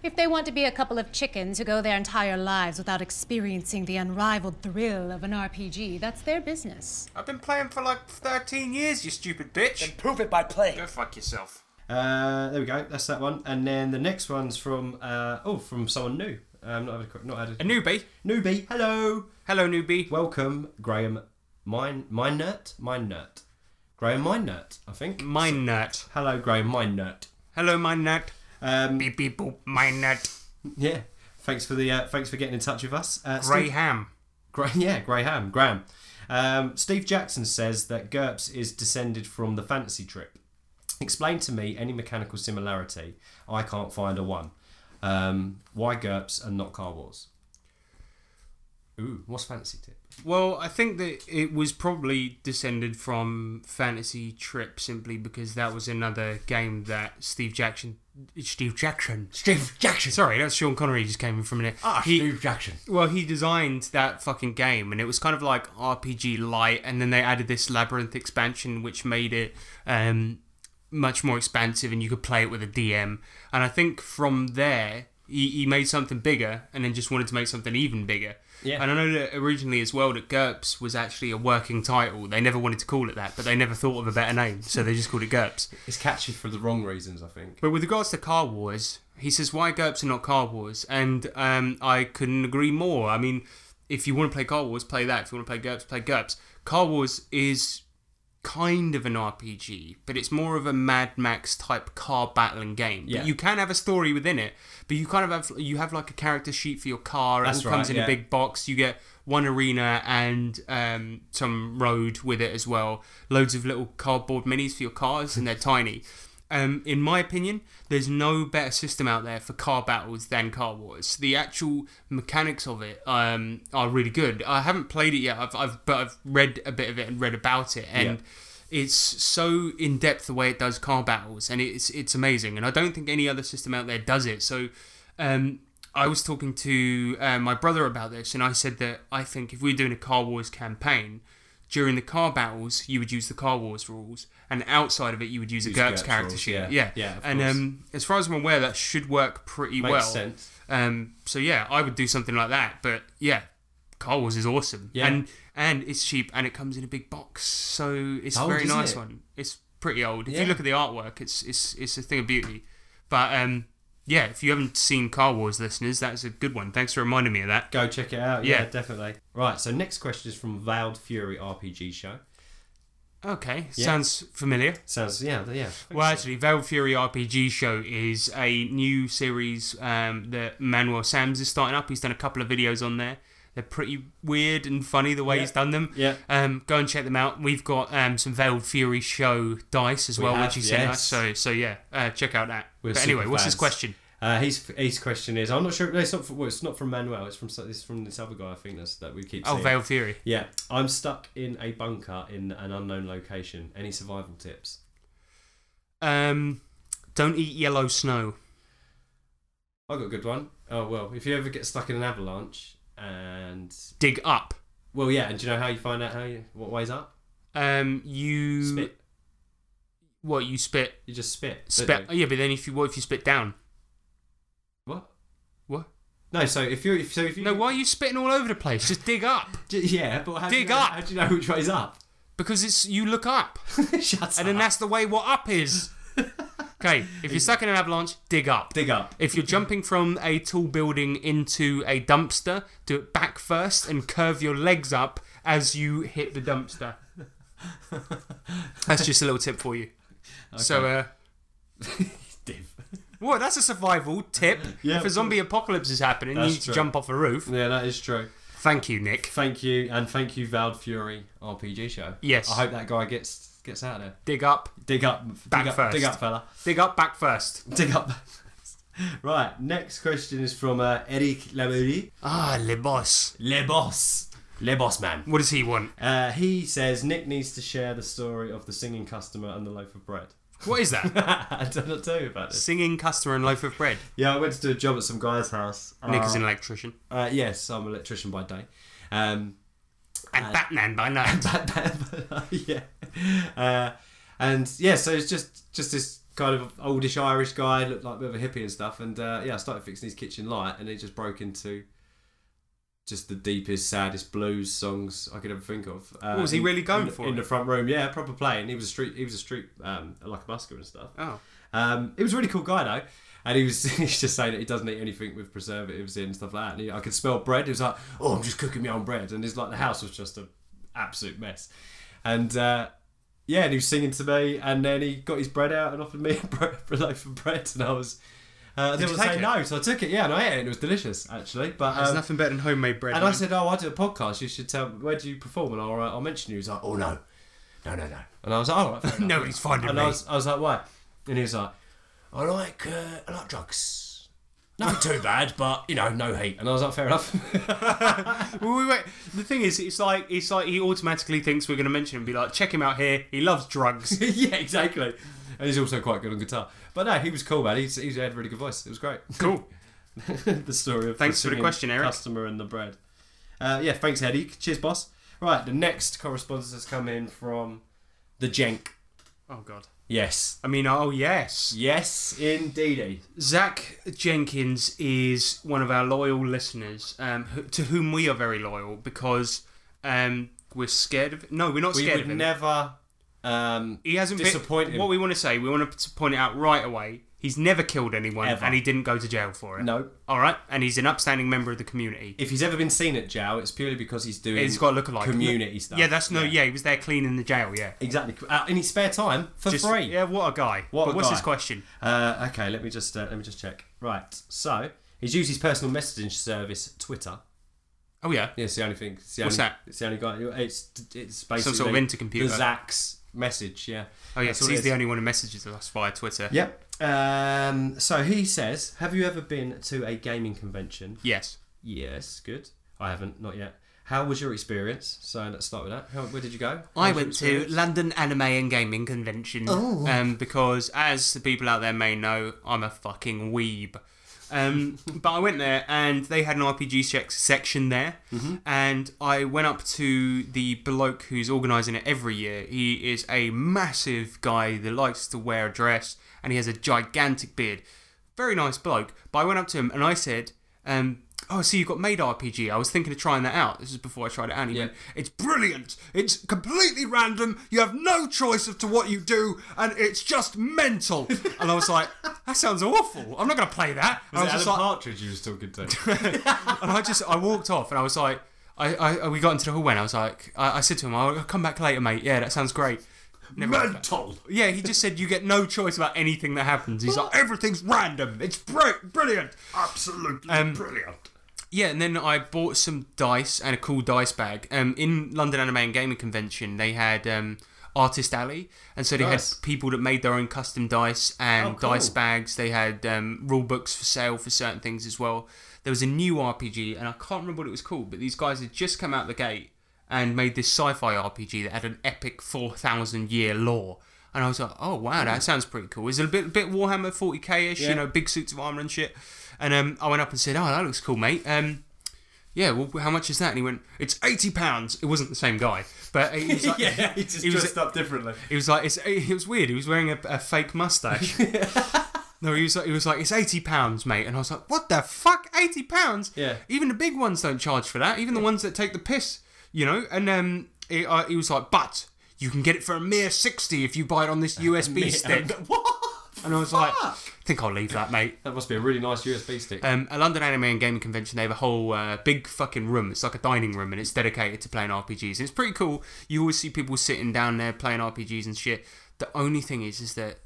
M: If they want to be a couple of chickens who go their entire lives without experiencing the unrivaled thrill of an RPG, that's their business.
C: I've been playing for like 13 years, you stupid bitch. Then
N: prove it by playing.
C: Go fuck yourself.
D: Uh, there we go. That's that one. And then the next one's from uh, oh, from someone new. Um, not had a, not had a,
C: A newbie.
D: Newbie. Hello.
C: Hello, newbie.
D: Welcome, Graham. Mine, mine nut, mine nut. Graham, mine nut. I think.
C: Mine nut.
D: Hello, Graham, mine nut.
C: Hello, mine nut.
D: Um,
C: beep beep boop, mine nut.
D: Yeah. Thanks for the uh, thanks for getting in touch with us. Uh, Steve-
C: Grey ham.
D: Gra- yeah, Graham. Graham. Um, Steve Jackson says that GURPS is descended from the fantasy trip. Explain to me any mechanical similarity. I can't find a one. Um, why GURPS and not Car Wars? Ooh, what's fantasy tip?
C: Well, I think that it was probably descended from Fantasy Trip simply because that was another game that Steve Jackson. Steve Jackson. Steve Jackson. Sorry, that's Sean Connery just came in from a minute.
D: Ah, Steve Jackson.
C: Well, he designed that fucking game, and it was kind of like RPG light, and then they added this labyrinth expansion, which made it um, much more expansive, and you could play it with a DM. And I think from there, he, he made something bigger, and then just wanted to make something even bigger.
D: Yeah.
C: And I know that originally as well that GURPS was actually a working title. They never wanted to call it that, but they never thought of a better name, so they just called it GURPS.
D: It's catchy for the wrong reasons, I think.
C: But with regards to Car Wars, he says why GURPS are not Car Wars, and um, I couldn't agree more. I mean, if you want to play Car Wars, play that. If you want to play GURPS, play GURPS. Car Wars is kind of an RPG, but it's more of a Mad Max type car battling game.
D: Yeah.
C: But you can have a story within it, but you kind of have you have like a character sheet for your car. It
D: That's
C: all comes in
D: right, yeah.
C: a big box. You get one arena and um, some road with it as well. Loads of little cardboard minis for your cars, and they're tiny. Um, in my opinion, there's no better system out there for car battles than Car Wars. The actual mechanics of it um, are really good. I haven't played it yet, I've, I've but I've read a bit of it and read about it, and it's so in depth the way it does car battles, and it's it's amazing. And I don't think any other system out there does it. So. Um, I was talking to uh, my brother about this, and I said that I think if we we're doing a Car Wars campaign, during the car battles, you would use the Car Wars rules, and outside of it, you would use a
D: Use
C: GURPS
D: GURPS
C: character
D: rules,
C: sheet.
D: yeah.
C: yeah.
D: Yeah, of
C: and
D: course.
C: um, as far as I'm aware, that should work pretty
D: Makes
C: well.
D: sense.
C: Um, so yeah, I would do something like that. But yeah, Car Wars is awesome.
D: Yeah.
C: And and it's cheap, and it comes in a big box, so it's
D: How
C: a
D: old
C: very
D: is
C: nice
D: it?
C: one. It's pretty old. If
D: Yeah.
C: you look at the artwork, it's it's it's a thing of beauty. But um, yeah, if you haven't seen Car Wars, listeners, that's a good one. Thanks for reminding me of that.
D: Go check it out. Yeah,
C: Yeah.
D: definitely. Right. So next question is from Veiled Fury RPG Show.
C: Okay,
D: Yeah.
C: sounds familiar.
D: Sounds yeah yeah.
C: Well, actually, Veiled Fury RPG show is a new series um, that Manuel Sams is starting up. He's done a couple of videos on there. They're pretty weird and funny the way
D: Yeah.
C: he's done them.
D: Yeah.
C: Um, go and check them out. We've got um, some Veiled Fury show dice as
D: We
C: well,
D: have,
C: which he sent
D: yes.
C: us. So, so yeah, uh, check out that.
D: We're
C: but anyway,
D: super
C: what's his
D: fans.
C: question?
D: Uh, his his question is I'm not sure. No, it's not. From, well, it's not from Manuel. It's from so- it's from this other guy. I think that's that we keep.
C: Oh,
D: seeing.
C: Veiled Fury.
D: Yeah, I'm stuck in a bunker in an unknown location. Any survival tips?
C: Um, don't eat yellow snow.
D: I got a good one. Oh well, if you ever get stuck in an avalanche and
C: Dig up.
D: well, yeah, and do you know how you find out how you what ways up?
C: Um, you
D: Spit.
C: What you spit?
D: You just spit. don't
C: Spit.
D: you?
C: Oh, yeah, but then if you what if you spit down?
D: What?
C: What?
D: No, so if you if so if you
C: No, why are you spitting all over the place? Just dig up.
D: J- yeah, but how do you
C: Dig
D: know-
C: up.
D: How do you know which way's up?
C: Because it's you look up,
D: Shut up.
C: and then that's the way what up is. Okay, if you're stuck in an avalanche, dig up.
D: Dig up.
C: If you're jumping from a tall building into a dumpster, do it back first and curve your legs up as you hit the dumpster. That's just a little tip for you. So, uh,
D: Div.
C: what? That's a survival tip.
D: Yeah,
C: if a zombie apocalypse is happening, you
D: That's
C: need
D: true.
C: to jump off a roof.
D: Yeah, that is true.
C: Thank you, Nick.
D: Thank you, and thank you, Valed Fury RPG show.
C: Yes.
D: I hope that guy gets gets out of there.
C: Dig up,
D: Dig up, dig
C: back
D: up,
C: first.
D: dig up, fella.
C: Dig up, back first.
D: Dig up. right. Next question is from uh, Eric Labourie.
C: Ah, le boss.
D: Le boss. Le boss man.
C: What does he want?
D: Uh, he says Nick needs to share the story of the singing customer and the loaf of bread.
C: What is that?
D: I don't know what to tell you about this.
C: Singing customer and loaf of bread.
D: Yeah, I went to do a job at some guy's house.
C: Nick is
D: Uh,
C: an electrician.
D: Uh, yes, I'm an electrician by day. Um,
C: And Batman by night.
D: yeah. Uh, and yeah, so it's just just this kind of oldish Irish guy, looked like a bit of a hippie and stuff. And uh, yeah, I started fixing his kitchen light, and it just broke into just the deepest, saddest blues songs I could ever think of. Uh,
C: What was he
D: in-
C: really going
D: in the-
C: for
D: in
C: it?
D: the front room? Yeah, proper playing. He was a street. He was a street um, like a busker and stuff.
C: Oh.
D: Um, he was a really cool guy though. And he was, he was just saying that he doesn't eat anything with preservatives in and stuff like that. And he, I could smell bread. He was like, "Oh, I'm just cooking my own bread." And it's like the house was just a absolute mess. And uh, yeah, and he was singing to me. And then he got his bread out and offered me a, bre- a loaf of bread. And I was, uh, I
C: Did
D: didn't
C: you
D: say
C: take it?
D: no, so I took it. Yeah, and I ate it. and It was delicious actually. But
C: There's
D: um,
C: nothing better than homemade bread.
D: and I
C: man.
D: said, "Oh, I do a podcast. You should tell. Where do you perform?" And I'll, uh, I'll mention you. He's like, "Oh no, no, no, no." And I was like, "All right, fair enough."
C: Nobody's finding
D: and
C: me.
D: I was, I was like, "Why?" And he was like,
G: I like, uh, I like drugs.
D: "Nothing too bad, but you know, no heat." And I was like, "Fair enough."
C: well, we went. The thing is, it's like it's like he automatically thinks we're going to mention him and be like, check him out here. He loves drugs.
D: yeah, exactly. And he's also quite good on guitar. But no, he was cool, man. He's, he had a really good voice. It was great.
C: Cool.
D: the story of
C: Thanks for the
D: singing
C: question, Eric.
D: Customer and the bread. Uh, yeah, thanks, Eddie. Cheers, boss. Right, the next correspondence has come in from the Jenk.
C: oh God.
D: Yes,
C: I mean, oh yes.
D: yes, indeedy.
C: Zach Jenkins is one of our loyal listeners, um, who, to whom we are very loyal because um, we're scared of. No, we're not
D: We
C: scared
D: would
C: of him.
D: never. Um,
C: he hasn't
D: disappointed.
C: Been, what we want to say, we want to point it out right away. He's never killed anyone,
D: Ever.
C: and he didn't go to jail for it.
D: No.
C: All right, and he's an upstanding member of the community.
D: if he's ever been seen at jail, it's purely because he's doing.
C: He's got a lookalike
D: community stuff.
C: Yeah, that's no. Yeah. he was there cleaning the jail. Yeah,
D: exactly. Uh, in his spare time for
C: Just-
D: free.
C: Yeah, what a guy.
D: What
C: But
D: a
C: what's
D: guy.
C: his question?
D: Uh, okay, let me just uh, let me just check. Right, so he's used his personal messaging service, Twitter.
C: Oh yeah,
D: Yeah, it's the only thing. It's the
C: What's
D: only,
C: that?
D: It's the only guy. It's it's basically
C: sort of intercomputer.
D: The Zach's message. Yeah.
C: Oh, yeah,
D: That's
C: 'cause
D: all it
C: he's
D: is.
C: the only one who messages us via Twitter.
D: Yep. Um, so he says, "Have you ever been to a gaming convention?"
C: Yes.
D: Yes. Good. I haven't. Not yet. How was your experience? So let's start with that. How, where did you go? How
C: I
D: was
C: went
D: your
C: to
D: experience?
C: London Anime and Gaming Convention
D: Oh.
C: um, because, as the people out there may know, I'm a fucking weeb. Um, but I went there and they had an RPG sec- section there,
D: Mhm.
C: and I went up to the bloke who's organising it every year. He is a massive guy that likes to wear a dress, and he has a gigantic beard. Very nice bloke. But I went up to him and I said, um, "Oh, I see, you've got Made RPG. I was thinking of trying that out. This is before I tried it out." And he went, "It's brilliant. It's completely random. You have no choice as to what you do, and it's just mental." and I was like, "That sounds awful. I'm not going to play that." And
D: Was
C: I
D: it
C: was just
D: Alan
C: like,
D: Partridge you was talking to?
C: and I just I walked off and I was like I, I we got into the hallway and I was like I, I said to him I'll come back later mate yeah that sounds great heard
D: Mental.
C: that. yeah he just said you get no choice about anything that happens he's like everything's random it's br- brilliant
G: Absolutely
C: Um,
G: brilliant.
C: yeah, and then I bought some dice and a cool dice bag. Um, in London Anime and Gaming Convention, they had um, Artist Alley, and so they
D: Nice.
C: had people that made their own custom dice and
D: Oh, cool.
C: dice bags. They had um, rule books for sale for certain things as well. There was a new RPG, and I can't remember what it was called, but these guys had just come out the gate and made this sci-fi RPG that had an epic four thousand year lore. And I was like, oh wow, that sounds pretty cool. It's a bit bit Warhammer forty k ish,
D: Hmm. Yeah.
C: you know, big suits of armor and shit. And um, I went up and said, oh, that looks cool, mate. Um, yeah, well, how much is that? And he went, it's eighty pounds. It wasn't the same guy, but he was like,
D: yeah, he just
C: he was-
D: dressed up differently.
C: he was like, it's, it was weird. He was wearing a, a fake mustache. no, he was like, he was like, it's eighty pounds, mate. And I was like, what the fuck, eighty pounds?
D: Yeah.
C: Even the big ones don't charge for that. Even the ones that take the piss, you know. And um, he, uh, he was like, but you can get it for a mere sixty if you buy it on this USB stick. And I was like, I think I'll leave that, mate.
D: That must be a really nice USB stick.
C: Um, at London Anime and Gaming Convention, they have a whole uh, big fucking room. It's like a dining room, and it's dedicated to playing RPGs. And it's pretty cool. You always see people sitting down there playing RPGs and shit. The only thing is, is that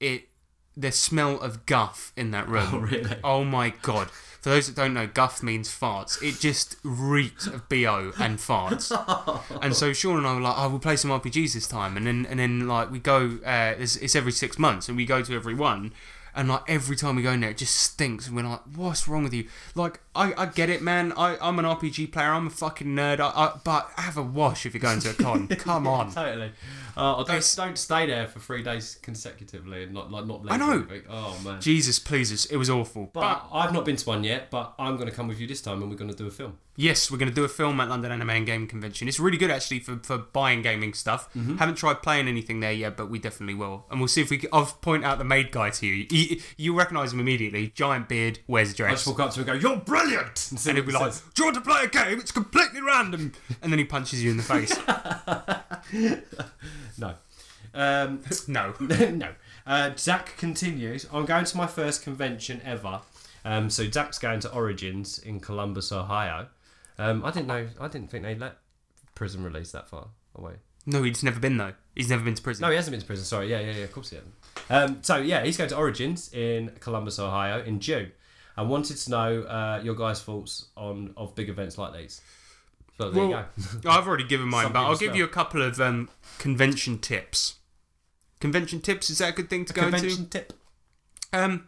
C: it the smell of guff in that room.
D: Oh, really?
C: Oh my god! For those that don't know, guff means farts. It just reeked of bo and farts. and so Sean and I were like, "Oh, we'll play some RPGs this time." And then and then like we go, uh, it's, it's every six months, and we go to every one. And like every time we go in there, it just stinks. And we're like, "What's wrong with you?" Like I, I get it, man. I, I'm an RPG player. I'm a fucking nerd. I, I, but have a wash if you're going to a con. Come on.
D: Totally. Uh, or don't, don't stay there for three days consecutively and not like not. leave
C: I know.
D: every week. Oh man.
C: Jesus pleases, it was awful.
D: But, I've not been to one yet. But I'm going to come with you this time, and we're going to do a film.
C: Yes, we're going to do a film at London Anime and Gaming Convention. It's really good actually for, for buying gaming stuff.
D: Mhm.
C: Haven't tried playing anything there yet, but we definitely will. And we'll see if we. Can, I'll point out the maid guy to you. You, you recognise him immediately. Giant beard, wears a dress.
D: I just walk up to him and go, "You're brilliant,"
C: and he'll be like, "Do you want to play a game? It's completely random." And then he punches you in the face.
D: No. Um,
C: no.
D: no. Uh, Zach continues. I'm going to my first convention ever. Um, so Zach's going to Origins in Columbus, Ohio. Um, I didn't know. I didn't think they let prison release that far away.
C: no, he's never been though. He's never been to prison.
D: No, he hasn't been to prison. Sorry. Yeah, yeah, yeah. Of course he hasn't. Um, so yeah, he's going to Origins in Columbus, Ohio, in June. I wanted to know uh, your guys' thoughts on of big events like these. So there
C: Well,
D: you go.
C: I've already given mine,
D: Some
C: but I'll
D: people's
C: give
D: spell.
C: you a couple of um, convention tips. Convention tips is that a good thing to go
D: convention
C: to?
D: tip.
C: Um,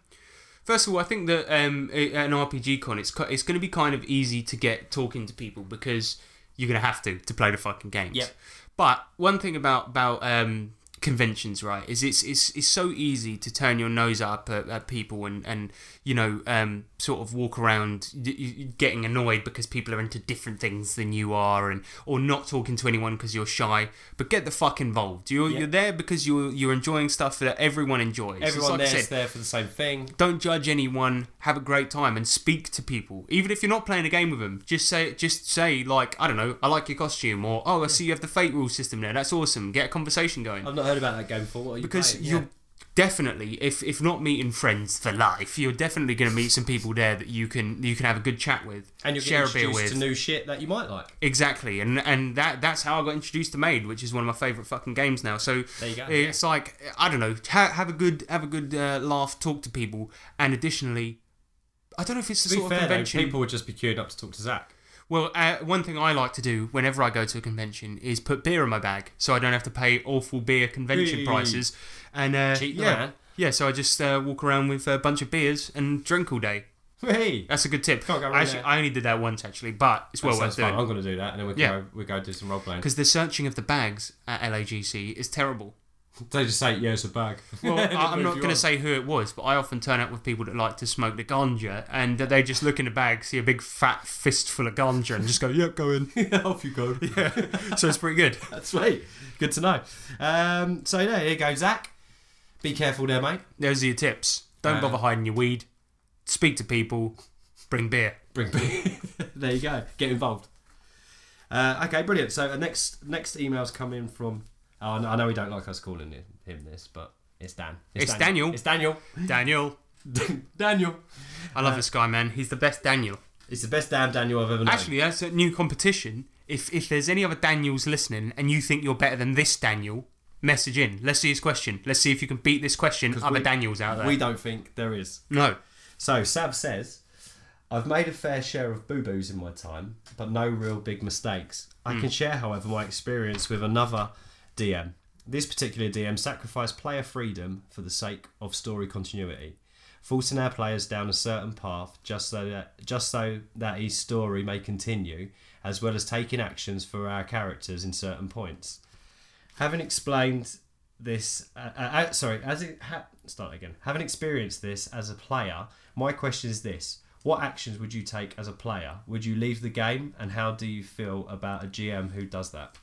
C: first of all, I think that um, a- an RPG con, it's co- it's going to be kind of easy to get talking to people because you're going to have to to play the fucking games.
D: Yep.
C: But one thing about about um, conventions, right, is it's it's it's so easy to turn your nose up at, at people and and you know um, sort of walk around y- y- getting annoyed because people are into different things than you are and or not talking to anyone because you're shy. But get the fuck involved. You're
D: Yeah.
C: you're there because you're you're enjoying stuff that everyone enjoys. It's
D: Everyone
C: like I
D: there's
C: said,
D: there for the same thing.
C: don't judge anyone. Have a great time and speak to people, even if you're not playing a game with them. Just say, just say like, I don't know, I like your costume, or oh, I see you have the fate rule system there. That's awesome. Get a conversation going
D: I've not heard about that game before. What are you
C: because
D: playing?
C: you're definitely, if if not meeting friends for life, you're definitely going to meet some people there that you can you can have a good chat with
D: and you're
C: share a
D: getting
C: beer
D: introduced
C: with.
D: to new shit that you might like.
C: Exactly, and and that that's how I got introduced to Maid, which is one of my favourite fucking games now. So
D: There you go,
C: it's like I don't know, ha- have a good have a good uh, laugh, talk to people, and additionally, I don't know if it's
D: To
C: the
D: be
C: sort
D: fair,
C: of
D: though,
C: convention
D: people would just be queued up to talk to Zach.
C: Well, uh, one thing I like to do whenever I go to a convention is put beer in my bag, so I don't have to pay awful beer convention
D: Hey.
C: prices. And uh,
D: Cheap
C: yeah,
D: man.
C: yeah. So I just uh, walk around with a bunch of beers and drink all day.
D: Hey.
C: that's a good tip.
D: Can't go wrong
C: Actually,
D: there.
C: I only did that once actually, but it's
D: That
C: well
D: sounds
C: worth doing.
D: fun. I'm gonna do that, and then we can
C: yeah,
D: go, we go do some role playing.
C: because the searching of the bags at LAGC is terrible.
D: They just say, yeah, it's a bag.
C: Well,
D: They
C: I, I'm
D: move
C: not going
D: you
C: to
D: on.
C: say who it was, but I often turn up with people that like to smoke the ganja, and that they just look in a bag, see a big fat fistful of ganja, and just go, "Yep, go in."
D: Off you go.
C: Yeah. So it's pretty good.
D: That's sweet. Good to know. Um, so yeah, here you go, Zach. Be careful there, mate.
C: Those are your tips. Don't
D: Uh,
C: bother hiding your weed. Speak to people. Bring beer.
D: Bring beer. there you go. Get involved. Uh, okay, brilliant. So uh, next next emails come in from. Oh, no, I know we don't like us calling it, him this, but it's Dan.
C: It's Daniel.
D: It's Daniel.
C: Daniel.
D: Daniel.
C: I
D: Uh,
C: love this guy, man. He's the best Daniel.
D: He's the best damn Daniel I've ever known.
C: Actually, that's a new competition. If if there's any other Daniels listening and you think you're better than this Daniel, message in. Let's see his question. Let's see if you can beat this question. Other
D: we-
C: Daniels out there.
D: We don't think there is.
C: No.
D: So Sav says, I've made a fair share of boo boos in my time, but no real big mistakes. I
C: Hmm.
D: can share, however, my experience with another DM. This particular DM sacrificed player freedom for the sake of story continuity, forcing our players down a certain path just so that just so that his story may continue, as well as taking actions for our characters in certain points. Having explained this, uh, uh, uh, sorry, as it ha- start again. Having experienced this as a player, my question is this: What actions would you take as a player? Would you leave the game, and how do you feel about a GM who does that?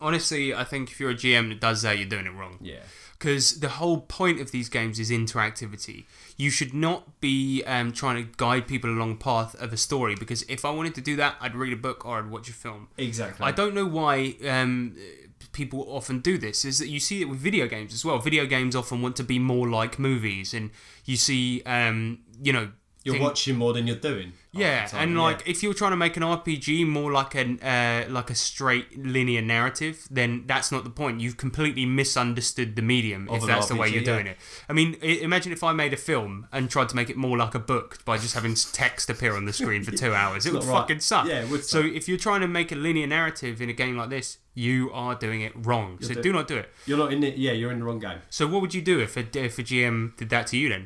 C: Honestly, I think if you're a GM that does that, you're doing it wrong.
D: Yeah.
C: Because the whole point of these games is interactivity. You should not be um, trying to guide people along the path of a story. Because if I wanted to do that, I'd read a book or I'd watch a film.
D: Exactly.
C: I don't know why um, people often do this. Is that you see it with video games as well? Video games often want to be more like movies, and you see, um, you know,
D: You're
C: thing-
D: watching more than you're doing.
C: yeah,
D: half the time,
C: and
D: yeah.
C: like if you're trying to make an RPG more like an uh, like a straight linear narrative, then that's not the point. You've completely misunderstood the medium
D: Of
C: if
D: an
C: that's the way
D: RPG,
C: you're doing
D: yeah.
C: it. I mean, i- imagine if I made a film and tried to make it more like a book by just having text appear on the screen for two hours. It
D: It's
C: would
D: not right.
C: fucking suck.
D: Yeah, it would
C: so if you're trying to make a linear narrative in a game like this, you are doing it wrong.
D: You're
C: so
D: doing-
C: do not do it.
D: You're not in it. Yeah, you're in the wrong game.
C: So what would you do if a, if a GM did that to you then?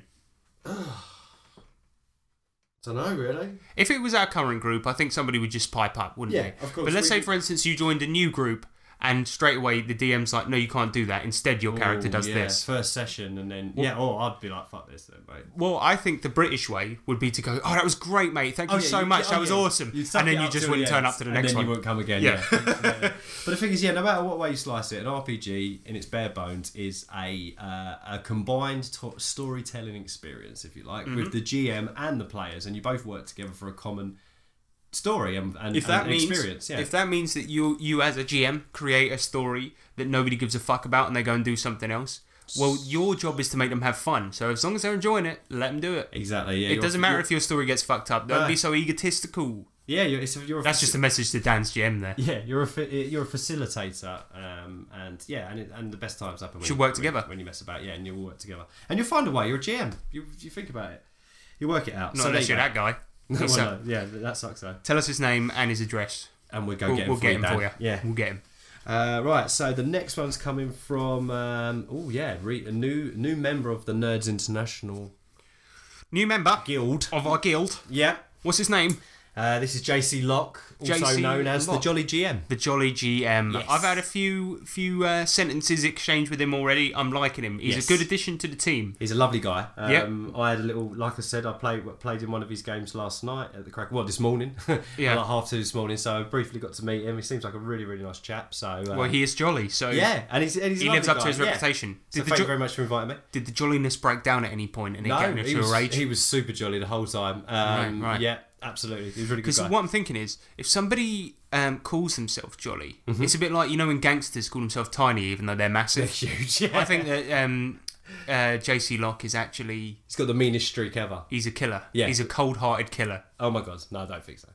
D: Don't know really.
C: If it was our current group, I think somebody would just pipe up, wouldn't
D: Yeah,
C: they?
D: of course.
C: But let's
D: We
C: say,
D: could-
C: for instance, you joined a new group, and straight away the DM's like, "No, you can't do that. Instead, your character
D: Ooh,
C: does
D: yeah,
C: this."
D: first session, and then
C: Well-
D: yeah. Oh, I'd be like, fuck this then, mate.
C: Well, I think the British way would be to go, "Oh, that was great, mate. Thank
D: Oh,
C: you
D: yeah,
C: so
D: you-
C: much.
D: oh,
C: that was
D: yeah.
C: awesome."
D: You'd suck
C: And
D: it
C: then you
D: up
C: just
D: till
C: wouldn't
D: the
C: turn
D: end,
C: up to the
D: and
C: next
D: then
C: one.
D: you won't come again. Yeah. but the thing is, yeah, no matter what way you slice it, an RPG in its bare bones is a uh, a combined to- storytelling experience, if you like,
C: Mhm.
D: with the GM and the players, and you both work together for a common story and, and,
C: if that
D: and
C: means
D: experience. Yeah.
C: if that means that you you as a GM create a story that nobody gives a fuck about and they go and do something else, well, your job is to make them have fun. So as long as they're enjoying it, let them do it.
D: Exactly. Yeah.
C: it
D: you're-
C: doesn't matter
D: you're-
C: if your story gets fucked up. Don't
D: No.
C: be so egotistical.
D: Yeah, you're, it's, you're a
C: That's just a message to Dan's GM there.
D: Yeah, you're a fa- you're a facilitator, um, and yeah, and it, and the best times happen. When
C: Should
D: you-
C: work
D: when-
C: together.
D: when you mess about. Yeah, and you'll work together, and you'll find a way. You're a GM. You you think about it. You work it out.
C: Not
D: so
C: unless
D: there
C: you're
D: you
C: that
D: go.
C: guy.
D: No,
C: He's
D: well,
C: a-
D: no, yeah, that sucks though.
C: Tell us his name and his address.
D: And we'll go
C: we'll,
D: get him.
C: We'll
D: for
C: get
D: you,
C: him
D: Dan.
C: for you.
D: Yeah,
C: We'll get him.
D: Uh, right, so the next one's coming from um, oh yeah, re- a new new member of the Nerds International
C: New member
D: Guild
C: of our guild.
D: Yeah,
C: What's his name?
D: Uh, this is JC Locke, also
C: JC
D: known as the
C: Locke.
D: Jolly GM.
C: The Jolly GM.
D: Yes.
C: I've had a few few uh, sentences exchanged with him already. I'm liking him. He's
D: Yes.
C: a good addition to the team.
D: He's a lovely guy.
C: Yep.
D: Um, I had a little, like I said, I played played in one of his games last night at the crack. Well, this morning,
C: Yeah.
D: like half two this morning. So I briefly got to meet him. He seems like a really, really nice chap. So um,
C: well, he is jolly, so
D: yeah, and he's, and he's a
C: he lives
D: lovely
C: up to
D: guy,
C: his
D: yeah.
C: reputation.
D: So
C: the
D: thank you
C: jo-
D: very much for inviting me.
C: did the jolliness break down at any point and it get into
D: he was,
C: a rage?
D: he was super jolly the whole time. Um,
C: Right, right.
D: Yeah, absolutely. He was a really good
C: Because
D: guy.
C: what I'm thinking is, if somebody um, calls themselves jolly, it's a bit like you know when gangsters call themselves tiny, even though they're massive.
D: They're huge, yeah.
C: I think that um, uh, JC Locke is actually
D: he's got the meanest streak ever.
C: he's a killer.
D: Yeah.
C: he's a cold-hearted killer.
D: Oh my god, no, I don't think so.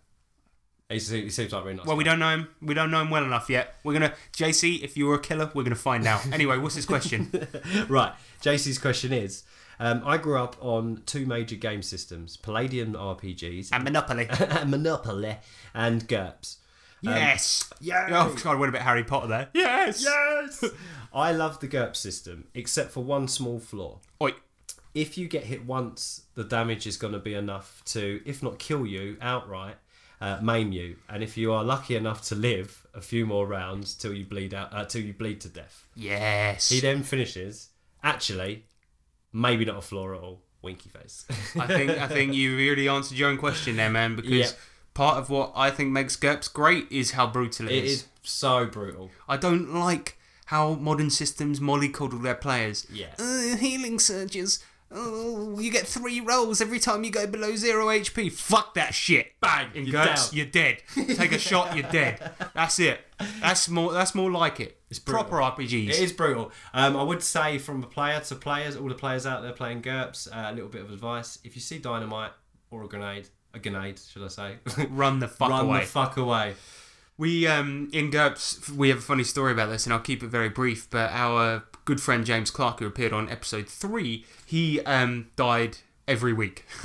D: He seems, he seems like a really nice.
C: Well, we
D: guy.
C: don't know him. We don't know him well enough yet. We're gonna JC. If you were a killer, we're gonna find out. Anyway, what's his question?
D: right. JC's question is um, I grew up on two major game systems Palladium RPGs
C: and Monopoly. Um,
D: and Monopoly and GURPS. Um,
C: yes. Yeah. Oh God, what about Harry Potter there? Yes.
D: Yes. I love the GURPS system, except for one small flaw.
C: Oi.
D: If you get hit once, the damage is going to be enough to, if not kill you outright, uh, maim you. And if you are lucky enough to live a few more rounds till you bleed out, uh, till you bleed to death.
C: Yes.
D: He then finishes. Actually, maybe not a flaw at all. Winky face.
C: I think I think you really answered your own question there, man. Because
D: Yeah.
C: part of what I think makes GURPS great is how brutal
D: It is so brutal.
C: I don't like how modern systems mollycoddle their players.
D: Yeah.
C: Uh, healing surges. Oh, you get three rolls every time you go below zero HP. Fuck that shit. Bang. In
D: you're
C: GURPS,
D: down.
C: you're dead. Take a shot, you're dead. That's it. That's more. That's more like it. It's proper RPGs.
D: It is brutal. Um, I would say from a player to players, all the players out there playing GURPS, uh, a little bit of advice. If you see dynamite or a grenade, a grenade, should I say?
C: Run the fuck
D: Run
C: away.
D: the fuck away.
C: We um in GURPS we have a funny story about this, and I'll keep it very brief. But our good friend James Clark, who appeared on episode three, he um died every week.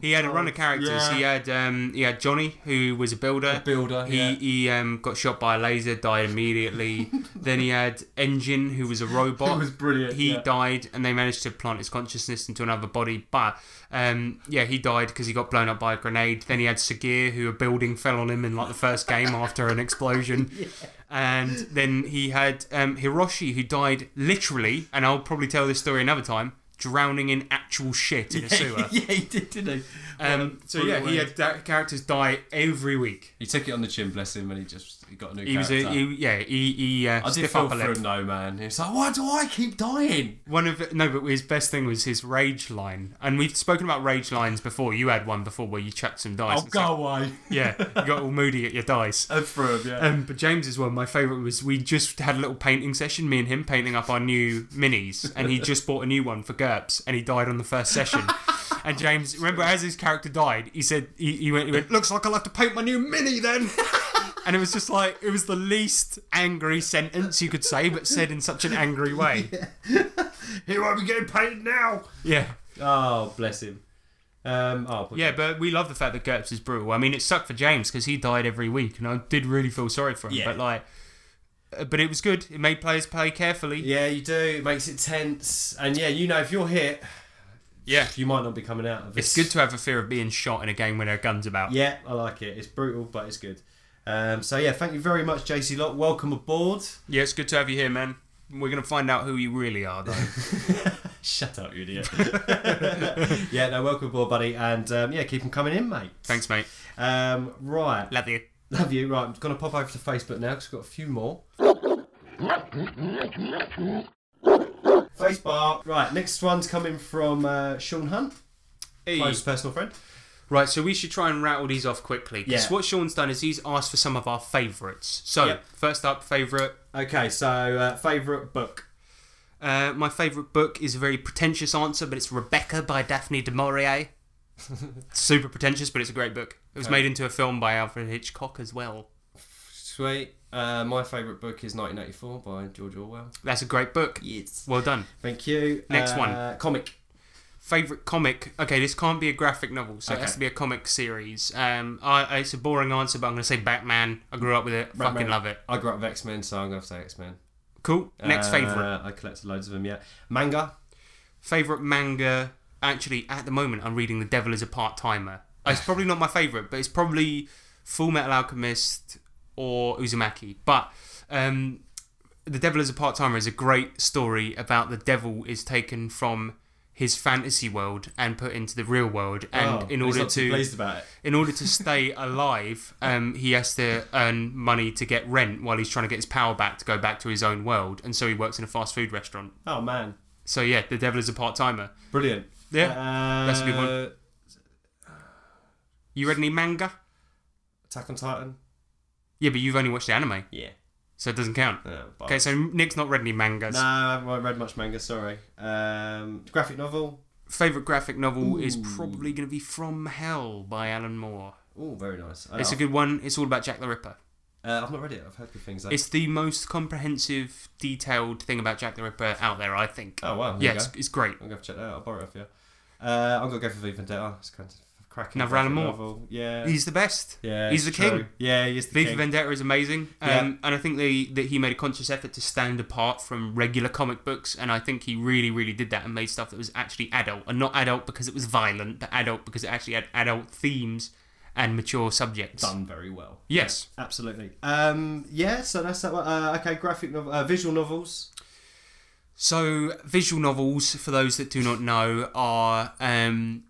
C: he had a run of characters.
D: Oh, yeah.
C: He had um he had Johnny, who was a builder.
D: builder,
C: He
D: yeah.
C: he um got shot by a laser, died immediately. then he had Engine, who was a robot.
D: He was brilliant,
C: He
D: yeah.
C: died, and they managed to plant his consciousness into another body. But um, yeah, he died because he got blown up by a grenade. Then he had Sagir, who a building fell on him in like the first game after an explosion. And then he had um, Hiroshi, who died literally, and I'll probably tell this story another time, drowning in actual shit in a sewer.
D: yeah, he did, didn't he?
C: Um, so yeah, he had da- characters die every week.
D: He took it on the chin, bless him, and he just he got a new
C: He was a,
D: character.
C: he, yeah, he, he uh,
D: I did
C: stiff
D: feel
C: up a
D: for
C: lip.
D: him, though, man. He was like, why do I keep dying?
C: One of no, but his best thing was his rage line, and we've spoken about rage lines before. You had one before where you chucked some dice.
D: Oh,
C: and
D: go
C: stuff.
D: away.
C: Yeah, you got all moody at your dice.
D: And threw him, yeah.
C: Um, but James's one, my favourite was we just had a little painting session, me and him painting up our new minis, and he just bought a new one for GURPS, and he died on the first session. And James, remember, as his character died, he said he, he went, he went, looks like I'll have to paint my new mini Uh, then. And it was just like it was the least angry sentence you could say, but said in such an angry way.
D: He won't be getting paid now.
C: Yeah.
D: Oh, bless him. Um, oh, but-
C: Yeah, but we love the fact that GURPS is brutal. I mean, it sucked for James because he died every week, and I did really feel sorry for him.
D: Yeah.
C: But like, uh, but it was good. It made players play carefully.
D: Yeah, you do. It makes it tense. And yeah, you know, if you're hit,
C: yeah,
D: you might not be coming out of
C: It's
D: this.
C: good to have a fear of being shot in a game where there are guns about.
D: Yeah, I like it. It's brutal, but it's good. Um, so yeah, thank you very much, JC Lot. Welcome aboard.
C: Yeah, it's good to have you here, man. We're gonna find out who you really are, though.
D: Shut up, you idiot. yeah, no, welcome aboard, buddy. And um, yeah, keep them coming in, mate.
C: Thanks, mate.
D: Um, right.
C: Love you.
D: Love you. Right, I'm going to pop over to Facebook now because we've got a few more. Facebook. Right, next one's coming from uh, Sean Hunt,
C: Hey.
D: close personal friend.
C: Right, so we should try and rattle these off quickly. Because
D: Yeah.
C: what Sean's done is he's asked for some of our favourites. So
D: Yep.
C: first up, favourite.
D: Okay, so uh, favourite book.
C: Uh, my favourite book is a very pretentious answer, but it's Rebecca by Daphne du Maurier. Super pretentious, but it's a great book. It was
D: Okay.
C: made into a film by Alfred Hitchcock as well.
D: Sweet. Uh, my favourite book is 1984 by George Orwell.
C: That's a great book.
D: Yes.
C: Well done.
D: Thank you.
C: Next
D: Uh,
C: one.
D: Comic.
C: Favorite comic? Okay, this can't be a graphic novel, so it has
D: Okay.
C: to be a comic series. Um, I, I- it's a boring answer, but I'm gonna say Batman. I grew up with it. Fucking
D: Batman.
C: love it.
D: I grew up with X Men, so I'm going to say X Men.
C: Cool. Next favorite.
D: Uh, I collected loads of them, yeah. Manga.
C: Favorite manga? Actually, at the moment, I'm reading The Devil Is a Part Timer. It's probably not my favorite, but it's probably Full Metal Alchemist or Uzumaki. But um, The Devil Is a Part Timer is a great story about the devil is taken from his fantasy world and put into the real world, and
D: Oh,
C: in
D: he's
C: order
D: not too
C: to
D: pleased about it.
C: in order to stay alive, um, he has to earn money to get rent while he's trying to get his power back to go back to his own world, and so he works in a fast food restaurant.
D: Oh, man.
C: So yeah, the devil is a part timer.
D: Brilliant.
C: Yeah,
D: Uh,
C: that's a good one. You read any manga?
D: Attack on Titan.
C: Yeah, but you've only watched the anime,
D: Yeah.
C: so it doesn't count.
D: but-
C: okay, so Nick's not read any mangas.
D: Oh, No, I haven't read much manga, sorry. Um, graphic novel.
C: Favorite graphic novel is probably going to be From Hell by Alan Moore.
D: Oh, very nice. I
C: It's a
D: love-
C: good one. It's all about Jack the Ripper.
D: Uh, I've not read it. I've heard good things. Though.
C: It's the most comprehensive, detailed thing about Jack the Ripper out there, I think.
D: Oh wow!
C: Yeah,
D: Here you
C: it's,
D: go.
C: it's great.
D: I'm gonna have to check that out. I'll borrow it off you. Uh, I'm gonna go for V Vendetta. It's kind of cracking.
C: Another Alan Moore.
D: novel. Yeah,
C: He's the best.
D: Yeah,
C: he's the
D: it's
C: king.
D: true. Yeah, he's the
C: V for
D: king.
C: Vendetta is amazing. Um,
D: Yeah.
C: And I think they, that he made a conscious effort to stand apart from regular comic books. And I think he really, really did that and made stuff that was actually adult. And not adult because it was violent, but adult because it actually had adult themes and mature subjects.
D: Done very well.
C: Yes.
D: Absolutely. Um, yeah, so that's that one. Uh, okay, graphic novel, uh, visual novels.
C: So, visual novels, for those that do not know, are um,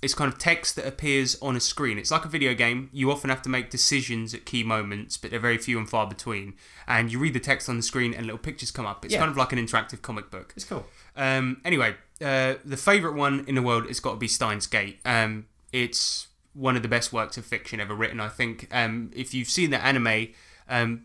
C: it's kind of text that appears on a screen. It's like a video game. You often have to make decisions at key moments, but they're very few and far between. And you read the text on the screen, and little pictures come up. It's
D: Yeah.
C: kind of like an interactive comic book.
D: It's cool.
C: Um, anyway, uh, the favourite one in the world has got to be Steins Gate. Um, it's one of the best works of fiction ever written, I think. Um, if you've seen the anime, um,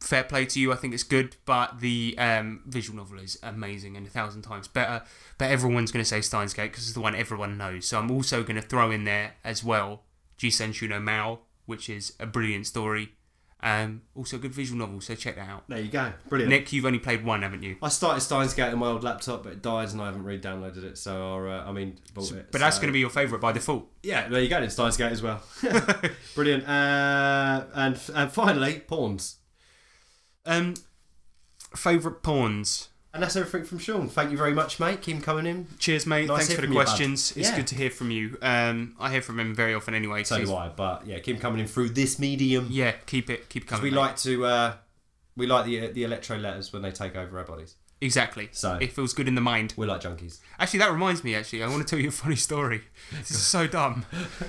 C: fair play to you. I think it's good, but the um, visual novel is amazing and a thousand times better. But everyone's going to say Steins Gate because it's the one everyone knows. So I'm also going to throw in there as well Jisen no Mao, which is a brilliant story. Um, also a good visual novel, so check that out.
D: There you go. Brilliant.
C: Nick, you've only played one, haven't you?
D: I started Steins Gate on my old laptop, but it died, and I haven't re-downloaded it. So, I'll, uh, I mean, bought it.
C: But that's
D: so-
C: going to be your favourite by default.
D: Yeah, there you go. It's Steins Gate as well. Brilliant. Uh, and and finally, pawns.
C: Um, favourite pawns.
D: And that's everything from Sean. Thank you very much, mate. Keep 'em coming in.
C: Cheers, mate.
D: Nice
C: Thanks
D: hear
C: for the
D: from you, bud.
C: questions. It's
D: Yeah.
C: good to hear from you. Um, I hear from him very often anyway.
D: So do I. But yeah, keep 'em coming in through this medium.
C: Yeah, keep it, keep it
D: Because
C: coming.
D: we
C: mate.
D: like to, uh, we like the the electro letters when they take over our bodies.
C: exactly.
D: So
C: it feels good in the mind.
D: We're like junkies.
C: Actually, that reminds me. Actually, I want to tell you a funny story. This is so dumb.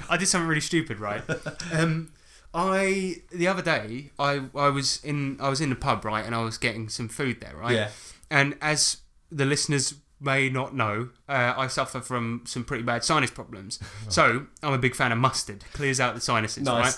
C: I did something really stupid, right? Um, I the other day, I I was in I was in the pub, right, and I was getting some food there, right?
D: Yeah.
C: And as the listeners may not know, uh, I suffer from some pretty bad sinus problems. So I'm a big fan of mustard. Clears out the sinuses, right?
D: Nice.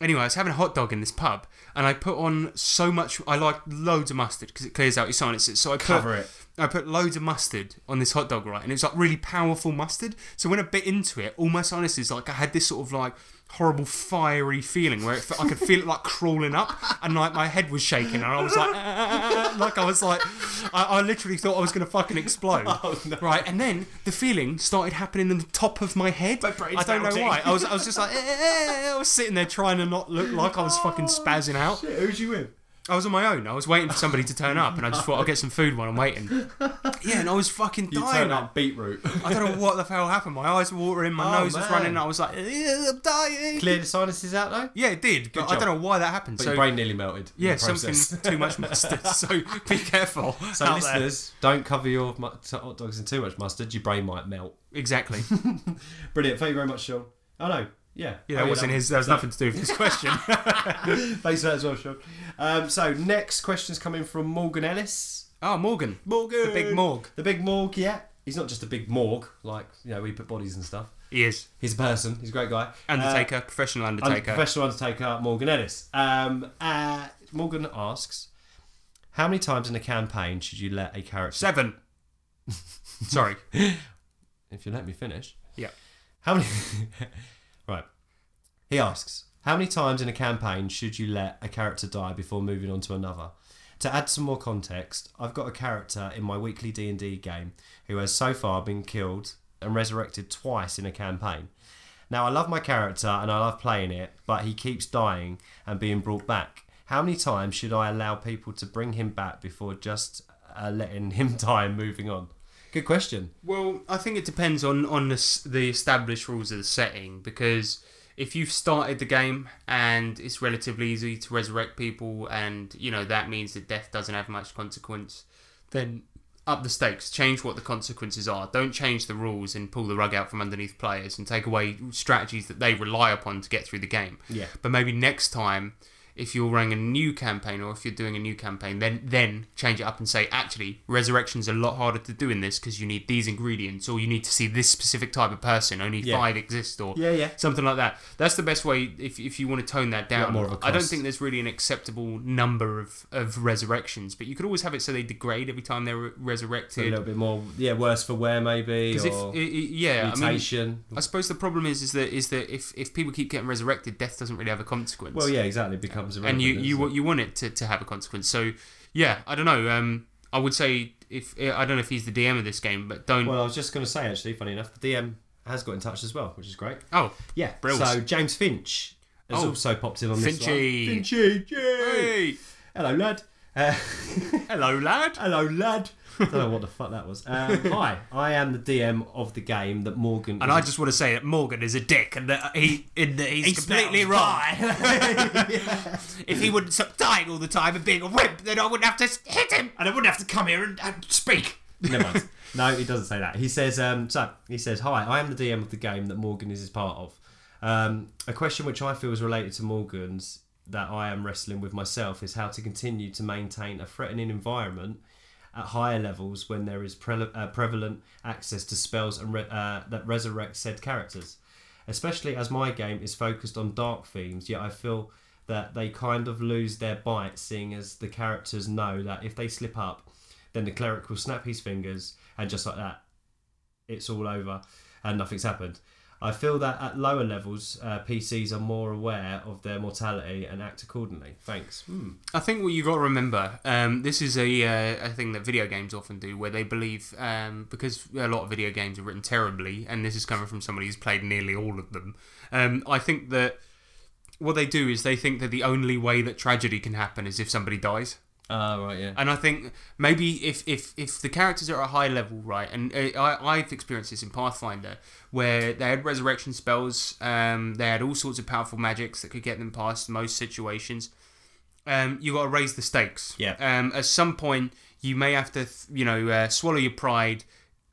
C: Anyway, I was having a hot dog in this pub, and I put on so much. I like loads of mustard because it clears out your sinuses. So I put,
D: Cover it.
C: I put loads of mustard on this hot dog, right? And it was like really powerful mustard. So when I bit into it, all my sinuses, like I had this sort of like horrible fiery feeling where it, fe- I could feel it like crawling up and like my head was shaking and I was like, "Ah," like I was like, I, I literally thought I was going to fucking explode. Right. And then the feeling started happening in the top of my head. I don't know
I: melting.
C: why. I was, I was just like, "Eh, eh, eh," I was sitting there trying to not look like I was fucking spazzing out.
D: Shit, who'd you with?
C: I was on my own. I was waiting for somebody to turn up, and I just thought I'll get some food while I'm waiting. Yeah, and I was fucking
D: You
C: dying.
D: turn up beetroot.
C: I don't know what the hell happened. My eyes were watering, my
D: Oh,
C: nose was
D: man.
C: running, and I was like, "Eh, I'm dying.
D: Clear the sinuses out though.
C: Yeah, it did, but
D: Good
C: I
D: job.
C: don't know why that happened.
D: But
C: so,
D: your brain nearly melted. in
C: yeah,
D: the process.
C: something too much mustard. So be careful.
D: So
C: out there.
D: listeners, don't cover your mu- t- hot dogs in too much mustard. Your brain might melt.
C: exactly.
D: Brilliant. Thank you very much, Sean. Oh no. Yeah.
C: Yeah, that
D: Oh,
C: wasn't his. uh, That was nothing to do with his question.
D: Thanks for that as well, Sean. Um, so next question's coming from Morgan Ellis.
C: Oh, Morgan.
D: Morgan.
C: The big Morg.
D: The big Morg, yeah. He's not just a big Morg, like, you know, we put bodies and stuff.
C: He is.
D: He's a person. He's a great guy.
C: Undertaker, professional
D: Uh,
C: Undertaker.
D: Professional Undertaker, Morgan Ellis. Um, uh, Morgan asks, how many times in a campaign should you let a character...
C: Seven. Sorry.
D: If you let me finish.
C: Yeah.
D: How many... right. He asks, how many times in a campaign should you let a character die before moving on to another? To add some more context, I've got a character in my weekly D&D game who has so far been killed and resurrected twice in a campaign. Now, I love my character and I love playing it, but he keeps dying and being brought back. How many times should I allow people to bring him back before just uh, letting him die and moving on? Good question.
C: Well, I think it depends on on the s- the established rules of the setting because if you've started the game and it's relatively easy to resurrect people, and you know that means that death doesn't have much consequence, then up the stakes, change what the consequences are. Don't change the rules and pull the rug out from underneath players and take away strategies that they rely upon to get through the game.
D: Yeah.
C: But maybe next time, if you're running a new campaign or if you're doing a new campaign, then then change it up and say, actually, resurrection's a lot harder to do in this because you need these ingredients or you need to see this specific type of person. Only
D: Yeah.
C: five exist or
D: Yeah, yeah.
C: something like that. That's the best way if, if you want to tone that down.
D: more of a
C: I don't
D: cost.
C: think there's really an acceptable number of, of resurrections, but you could always have it so they degrade every time they're re-
D: So a
C: resurrected.
D: little bit more, yeah, worse for wear maybe.
C: Because if i
D: Or
C: i yeah, I
D: mutation.
C: mean, I suppose the problem is is that is that if, if people keep getting resurrected, death doesn't really have a consequence.
D: Well, yeah, exactly, it becomes
C: and you
D: irrelevant,
C: you
D: doesn't
C: wa- you want it to, to have a consequence. So yeah, I don't know. Um, I would say if eh, I don't know if he's the DM of this game, but don't.
D: Well, I was just going to say actually, funny enough, the DM has got in touch as well, which is great.
C: Oh,
D: yeah,
C: brilliant.
D: So James Finch has
C: Oh.
D: also popped in on this one.
C: Finchy.
D: Finchy, yay! Hello, lad. Uh,
C: Hello, lad.
D: Hello, lad. don't know what the fuck that was. Um, hi, I am the DM of the game that Morgan.
C: and I just want to say that Morgan is a dick, and that he in that he's
D: He
C: completely
D: smells
C: wrong. If he wouldn't stop dying all the time and being a wimp, then I wouldn't have to s- hit him, and I wouldn't have to come here and, and speak.
D: Never mind. No, he doesn't say that. He says, um, so he says, "Hi, I am the DM of the game that Morgan is is part of. Um, a question which I feel is related to Morgan's that I am wrestling with myself is how to continue to maintain a threatening environment at higher levels when there is pre- uh, prevalent access to spells and re- uh, that resurrect said characters, especially as my game is focused on dark themes. Yet I feel." That they kind of lose their bite, seeing as the characters know that if they slip up, then the cleric will snap his fingers, and just like that, it's all over and nothing's happened. I feel that at lower levels, uh, PCs are more aware of their mortality and act accordingly. Thanks. Hmm.
C: I think what you got to remember, um, this is a, uh, a thing that video games often do, where they believe um, because a lot of video games are written terribly, and this is coming from somebody who's played nearly all of them. Um, I think that what they do is they think that the only way that tragedy can happen is if somebody dies. Ah,
D: Oh, right, yeah.
C: And I think maybe if if, if the characters are at a high level, right, and uh, I, I've experienced this in Pathfinder, where they had resurrection spells, um, they had all sorts of powerful magics that could get them past most situations. Um, you got to raise the stakes.
D: Yeah.
C: Um, at some point, you may have to, th- you know, uh, swallow your pride,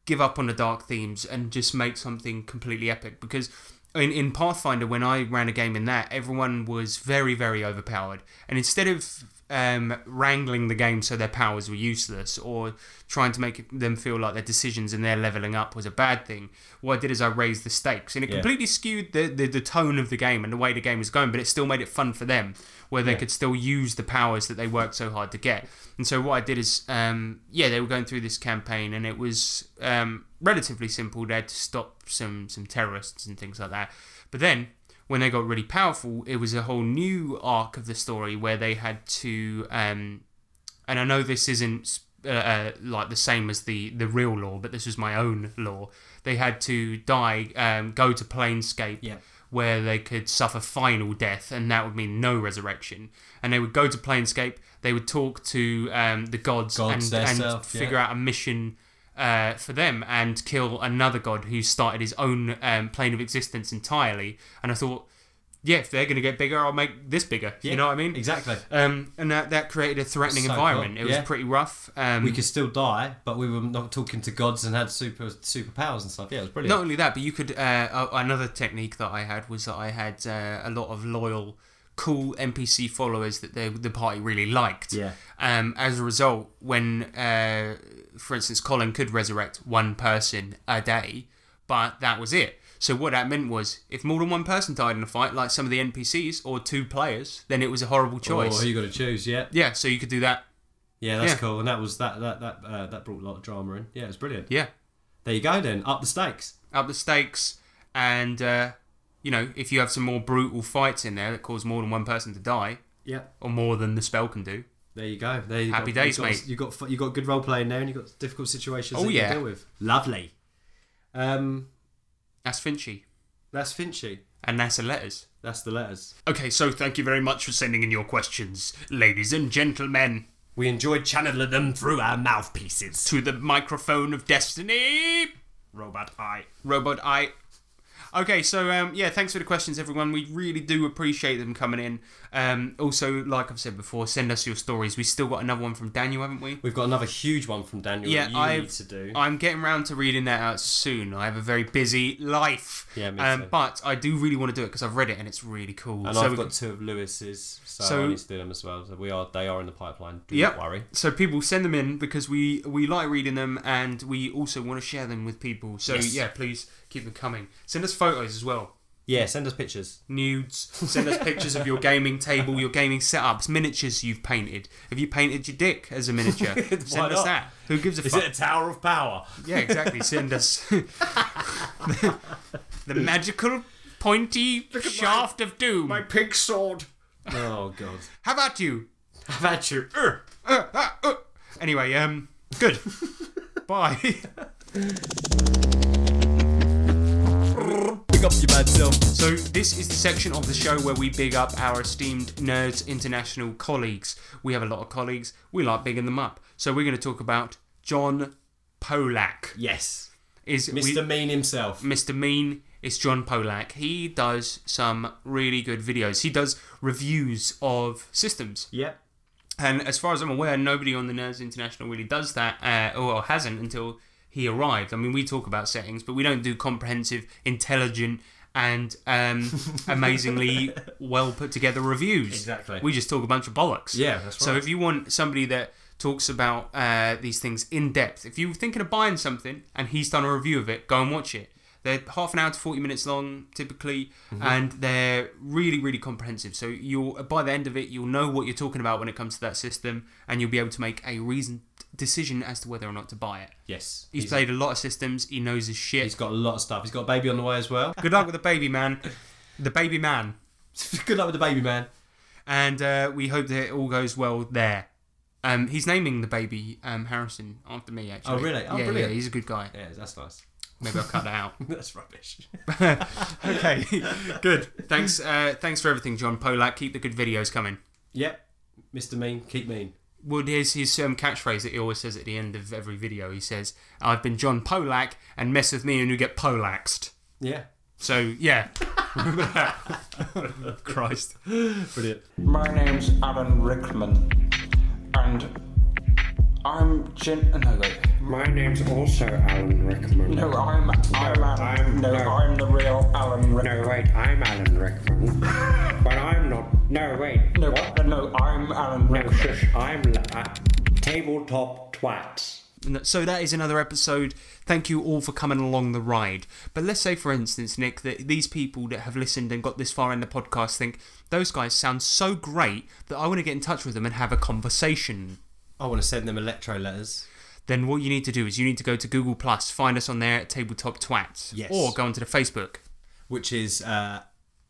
C: give up on the dark themes, and just make something completely epic. Because in, in Pathfinder, when I ran a game in that, everyone was very, very overpowered. And instead of um, wrangling the game so their powers were useless or trying to make them feel like their decisions and their leveling up was a bad thing, what I did is I raised the stakes. And it
D: Yeah.
C: completely skewed the, the, the tone of the game and the way the game was going, but it still made it fun for them where they
D: Yeah.
C: could still use the powers that they worked so hard to get. And so what I did is, um, yeah, they were going through this campaign, and it was um, relatively simple. They had to stop some some terrorists and things like that. But then when they got really powerful, it was a whole new arc of the story where they had to. Um, and I know this isn't uh, uh, like the same as the the real law, but this was my own law. They had to die, um, go to Planescape,
D: Yeah.
C: where they could suffer final death, and that would mean no resurrection. And they would go to Planescape. They would talk to um, the gods,
D: Gods
C: and, and
D: theirself, yeah.
C: figure out a mission. Uh, for them and kill another god who started his own um, plane of existence entirely and i thought yeah if they're going to get bigger i'll make this bigger you
D: Yeah,
C: know what i mean
D: exactly.
C: um, and that, that created a threatening
D: So
C: environment
D: cool,
C: it was
D: yeah.
C: pretty rough um,
D: Uh, we could still die, but we were not talking to gods and had super superpowers and stuff. Yeah, it was brilliant.
C: Not only that, but you could. Uh, uh, another technique that I had was that I had uh, a lot of loyal, cool NPC followers that they, the party really liked.
D: Yeah.
C: Um, as a result, when, uh, for instance, Colin could resurrect one person a day, but that was it. So what that meant was, if more than one person died in a fight, like some of the NPCs or two players, then it was a horrible
D: Oh,
C: choice.
D: who you got to choose? Yeah.
C: yeah. So you could do that.
D: Yeah, that's
C: Yeah.
D: cool. And that was that that that uh, that brought a lot of drama in. Yeah, it was brilliant.
C: Yeah.
D: There you go then. Up the stakes.
C: up the stakes and uh, you know if you have some more brutal fights in there that cause more than one person to die
D: Yeah.
C: or more than the spell can do
D: There you go. There you
C: Happy
D: got,
C: days,
D: you got,
C: mate.
D: You got you got good role playing there, and you got difficult situations.
C: Oh,
D: that
C: yeah.
D: You deal with lovely. Um,
C: that's finchy
D: that's Finchy.
C: and that's the letters
D: That's the letters.
C: okay so thank you very much for sending in your questions ladies and gentlemen
D: We enjoyed channeling them through our mouthpieces.
C: to the microphone of destiny
D: Robot eye.
C: robot i Okay, so um, yeah, thanks for the questions, everyone. We really do appreciate them coming in. Um, also, like I've said before, send us your stories. We still got another one from Daniel, haven't we?
D: We've got another huge one from Daniel that you need to do.
C: I'm getting round to reading that out soon. I have a very busy life.
D: Yeah, me
C: um,
D: too.
C: But I do really want to do it because I've read it and it's really cool.
D: And
C: so
D: I've
C: we
D: got
C: can-
D: two of Lewis's, so,
C: So-
D: I need to do them as well. So we are, they are in the pipeline. Do
C: Yep.
D: not worry.
C: So people send them in because we we like reading them and we also want to share them with people. So
D: Yes.
C: yeah, please keep them coming. Send us photos as well.
D: Yeah, send us pictures.
C: Nudes. Send us pictures of your gaming table, your gaming setups, miniatures you've painted. Have you painted your dick as a miniature? send us
D: Why not?
C: that. Who gives a
D: Is
C: fuck?
D: it a tower of power?
C: Yeah, exactly. Send us the magical pointy shaft of doom. My
D: pig sword. Oh god.
C: Have at you. Uh,
D: Have at you.
C: Anyway, um, good. Bye.
D: Pick up your bad self.
C: So this is the section of the show where we big up our esteemed Nerds International colleagues. We have a lot of colleagues. We like bigging them up. So we're going to talk about John Polak.
D: Yes.
C: Is
D: Mr. Mean himself.
C: Mr. Mean is John Polak. He does some really good videos. He does reviews of systems.
D: Yep.
C: And as far as I'm aware, nobody on the Nerds International really does that, uh, or hasn't until he arrived. I mean, we talk about settings, but we don't do comprehensive, intelligent, and um, amazingly well put together reviews.
D: Exactly.
C: We just talk a bunch of bollocks.
D: Yeah, that's
C: So
D: right.
C: if you want somebody that talks about uh, these things in depth, if you're thinking of buying something and he's done a review of it, go and watch it. They're half an hour to 40 minutes long typically,
D: Mhm.
C: and they're really, really comprehensive. So you'll by the end of it, you'll know what you're talking about when it comes to that system, and you'll be able to make a reasoned decision as to whether or not to buy it.
D: Yes.
C: He's,
D: He's-
C: played a lot of systems. He knows his shit. He's
D: got a lot of stuff. He's got a baby on the way as well.
C: Good luck with the baby man. The baby man.
D: Good luck with the baby man.
C: And uh, we hope that it all goes well there. Um, he's naming the baby um, Harrison after me, actually.
D: Oh really? Oh
C: yeah,
D: brilliant.
C: Yeah, he's a good guy.
D: Yeah, that's nice.
C: Maybe I'll cut that out.
D: that's rubbish.
C: okay, good. Thanks, uh, thanks for everything, John Polak. Keep the good videos coming.
D: Yep. Mr. Mean, keep mean.
C: Well, here's his um, catchphrase that he always says at the end of every video. He says, "I've been John Polak, and mess with me, and you get polaxed."
D: Yeah.
C: So yeah. Remember that. Christ.
D: Brilliant.
O: My name's Alan Rickman, and I'm Jin. No, wait. My name's also Alan Rickman. No, I'm I'm Alan. no, I'm the real Alan Rickman. No, wait, I'm Alan Rickman. but I'm not. No, wait. No, no, I'm Alan Rickman. No, shush, I'm la- uh, tabletop twats.
C: And that- So that is another episode. Thank you all for coming along the ride. But let's say, for instance, Nick, that these people that have listened and got this far in the podcast think those guys sound so great that I want to get in touch with them and have a conversation.
D: I want to send them electro letters.
C: Then what you need to do is you need to go to Google Plus, find us on there at Tabletop Twats,
D: Yes.
C: or go onto the Facebook.
D: Which is uh,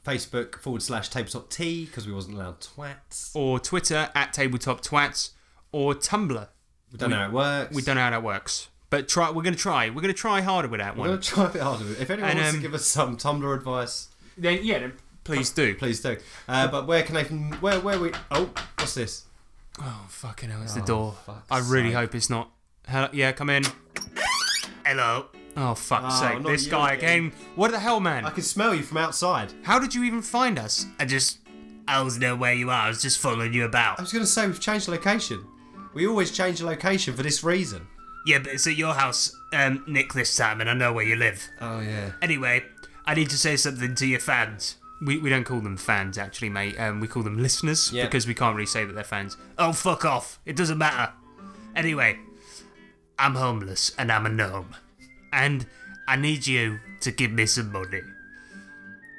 D: Facebook forward slash tabletop T because we wasn't allowed twats.
C: or Twitter at Tabletop Twats, or Tumblr. We
D: don't know how it works.
C: We don't know how that works, but try. We're gonna try. We're gonna try harder with that
D: We're
C: one.
D: gonna try a bit harder. If anyone
C: And,
D: wants
C: um,
D: to give us some Tumblr advice,
C: then yeah, then please do.
D: Please do. Uh, but where can they? Where where we? Oh, what's this?
C: Oh fucking hell! It's
D: Oh,
C: the door.
D: fuck's
C: I really
D: sake.
C: hope it's not. Hello, yeah, come in. Hello. Oh fuck's
D: Oh,
C: sake!
D: not
C: This
D: you
C: guy
D: again.
C: again. What the hell, man? I
D: can smell you from outside.
C: How did you even find us? I just. I was know where you are. I was just following you about.
D: I was gonna say we've changed location. We always change the location for this reason.
P: Yeah, but it's at your house, um, Nick, this time, and I know where you live.
D: Oh yeah.
P: Anyway, I need to say something to your fans.
C: We, we don't call them fans actually, mate. Um, we call them listeners
P: Yeah.
C: because we can't really say that they're fans.
P: Oh, fuck off. It doesn't matter. Anyway, I'm homeless and I'm a gnome. And I need you to give me some money.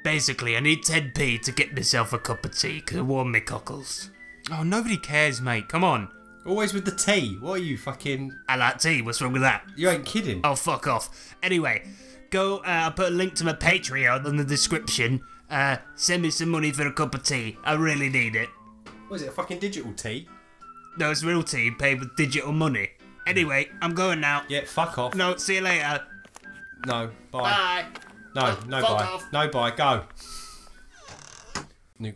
P: Basically, I need 10p to get myself a cup of tea to warm me cockles.
C: Oh, nobody cares, mate. Come on.
D: Always with the tea. What are you fucking?
P: I like tea. What's wrong with that?
D: You ain't kidding.
P: Oh, fuck off. Anyway, go. Uh, I'll put a link to my Patreon in the description. Uh, send me some money for a cup of tea. I really need it.
D: Was it a fucking digital tea?
P: No, it's real tea paid with digital money. Anyway, I'm going now.
D: Yeah, fuck off.
P: No, see you later.
D: No. Bye.
P: Bye. Oh,
D: No. No.
P: Fuck
D: bye.
P: off.
D: No. Bye. Go.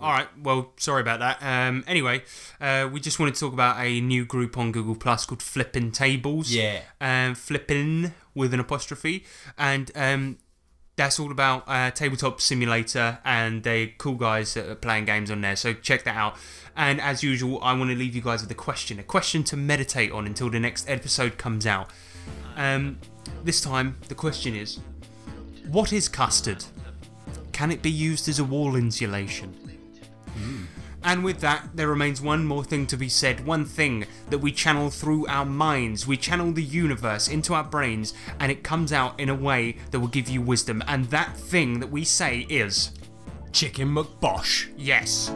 C: All right. Well, sorry about that. Um, anyway, uh, we just wanted to talk about a new group on Google Plus called Flippin' Tables.
D: Yeah.
C: Um, Flippin' with an apostrophe, and um,
Q: That's all about uh, Tabletop Simulator, and they cool guys that are playing games on there. So check that out. And as usual, I want to leave you guys with a question, a question to meditate on until the next episode comes out. Um, this time, the question is: What is custard? Can it be used as a wall insulation? And with that, there remains one more thing to be said, one thing that we channel through our minds. We channel the universe into our brains, and it comes out in a way that will give you wisdom. And that thing that we say is.
D: Chicken McBosh.
Q: Yes.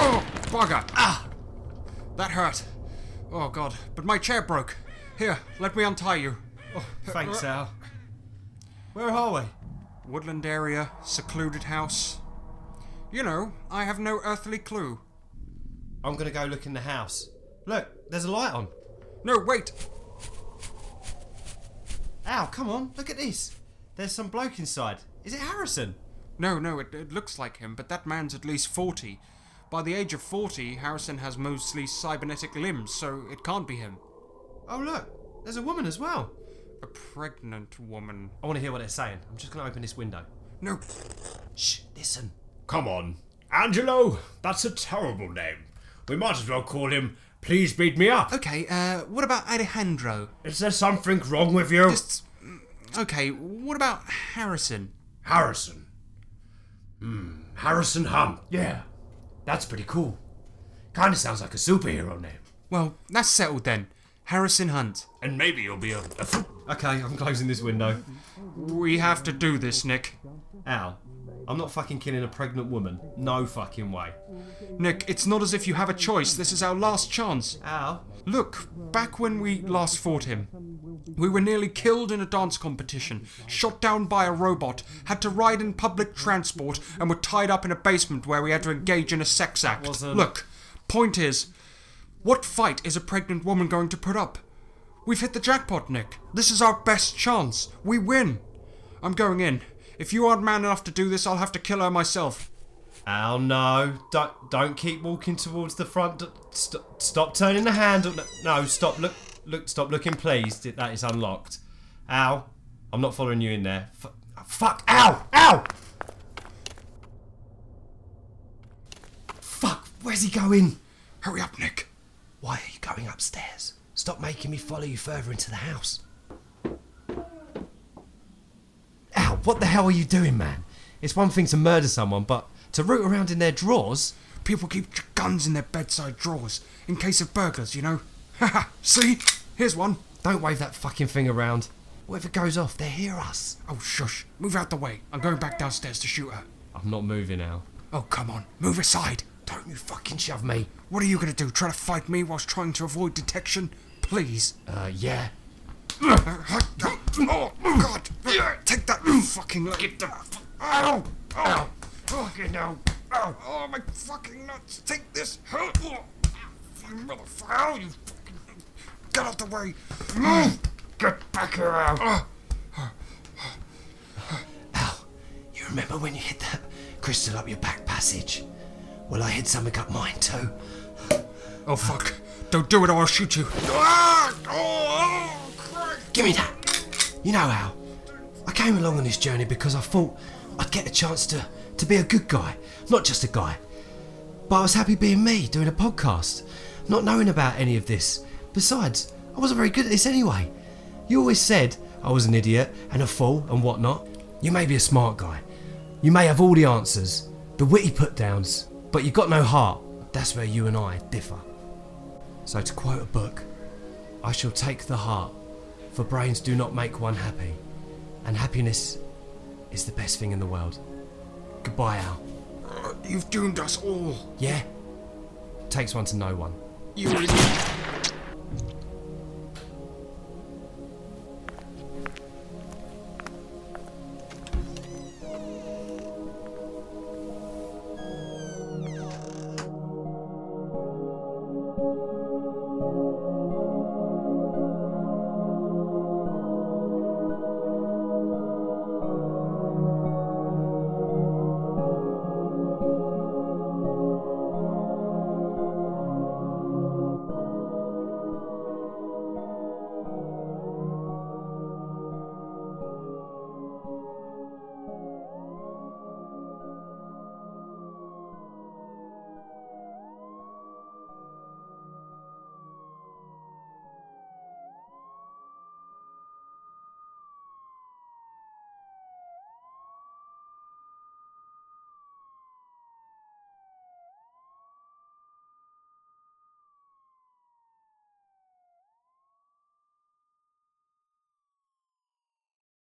C: Oh, bugger! Ah! That hurt. Oh, God. But my chair broke. Here, let me untie you. Oh,
D: Thanks, Al. Where are we?
C: Woodland area, secluded house. You know, I have no earthly clue.
D: I'm gonna go look in the house. Look, there's a light on.
C: No, wait!
D: Al, come on, look at this. There's some bloke inside. Is it Harrison?
C: No, no, it, it looks like him, but that man's at least 40. By the age of 40, Harrison has mostly cybernetic limbs, so it can't be him.
D: Oh, look, there's a woman as well.
C: A pregnant woman.
D: I wanna hear what they're saying. I'm just gonna open this window.
C: No.
D: Shh, listen.
R: Come on. Angelo, that's a terrible name. We might as well call him Please Beat Me Up.
Q: Okay, uh, what about Alejandro?
R: Is there something wrong with
D: Oh.
R: you?
Q: Just.
C: mm,
Q: Okay, what about Harrison?
R: Harrison. Hmm, Harrison Hunt. Yeah, that's pretty cool. Kinda sounds like a superhero name.
Q: Well, that's settled then. Harrison Hunt.
R: And maybe you'll be a. a f-
D: Okay, I'm closing this window.
Q: We have to do this, Nick.
D: Al, I'm not fucking killing a pregnant woman. No fucking way.
C: Nick, it's not as if you have a choice. This is our last chance.
D: Al?
C: Look, back when we last fought him, we were nearly killed in a dance competition, shot down by a robot, had to ride in public transport, and were tied up in a basement where we had to engage in a sex act.
D: wasn't-
C: Look, point is, what fight is a pregnant woman going to put up? We've hit the jackpot, Nick. This is our best chance. We win. I'm going in. If you aren't man enough to do this, I'll have to kill her myself.
D: Al, no. Don't, don't keep walking towards the front. D- St- stop turning the handle. No, No, stop. Look, look. Stop looking, please. D- That is unlocked. Al, I'm not following you in there. F- fuck. Ow! Ow! Fuck. Where's he going?
C: Hurry up, Nick.
D: Why are you going upstairs? Stop making me follow you further into the house. Ow, what the hell are you doing, man? It's one thing to murder someone, but to root around in their drawers?
C: People keep ch- guns in their bedside drawers in case of burglars, you know. Haha, see? Here's one.
D: Don't wave that fucking thing around. What if it goes off? They hear us.
C: Oh, shush. Move out the way. I'm going back downstairs to shoot her.
D: I'm not moving, Al.
C: Oh, come on. Move aside.
D: Don't you fucking shove me.
C: What are you gonna do? Try to fight me whilst trying to avoid detection? Please.
D: Uh, yeah.
C: Oh, God. Take that fucking look. Get the. Ow! Ow! Fucking ow. Ow! Oh, my fucking nuts. Take this. Oh, fucking motherfucker. Ow, you fucking. Get out the way. Oh. Move! Mm. Get back here, Ow.
D: You remember when you hid that crystal up your back passage? Well, I hid something up mine too.
C: Oh, fuck. Don't do it or I'll shoot you. Ah. Oh.
D: Give me that. You know, Al, I came along on this journey because I thought I'd get a chance to, to be a good guy, not just a guy. But I was happy being me, doing a podcast, not knowing about any of this. Besides, I wasn't very good at this anyway. You always said I was an idiot and a fool and whatnot. You may be a smart guy. You may have all the answers, the witty put downs, but you've got no heart. That's where you and I differ. So, to quote a book, I shall take the heart, for brains do not make one happy, and happiness is the best thing in the world. Goodbye, Al.
C: You've doomed us all.
D: Yeah? Takes one to know one.
C: You were.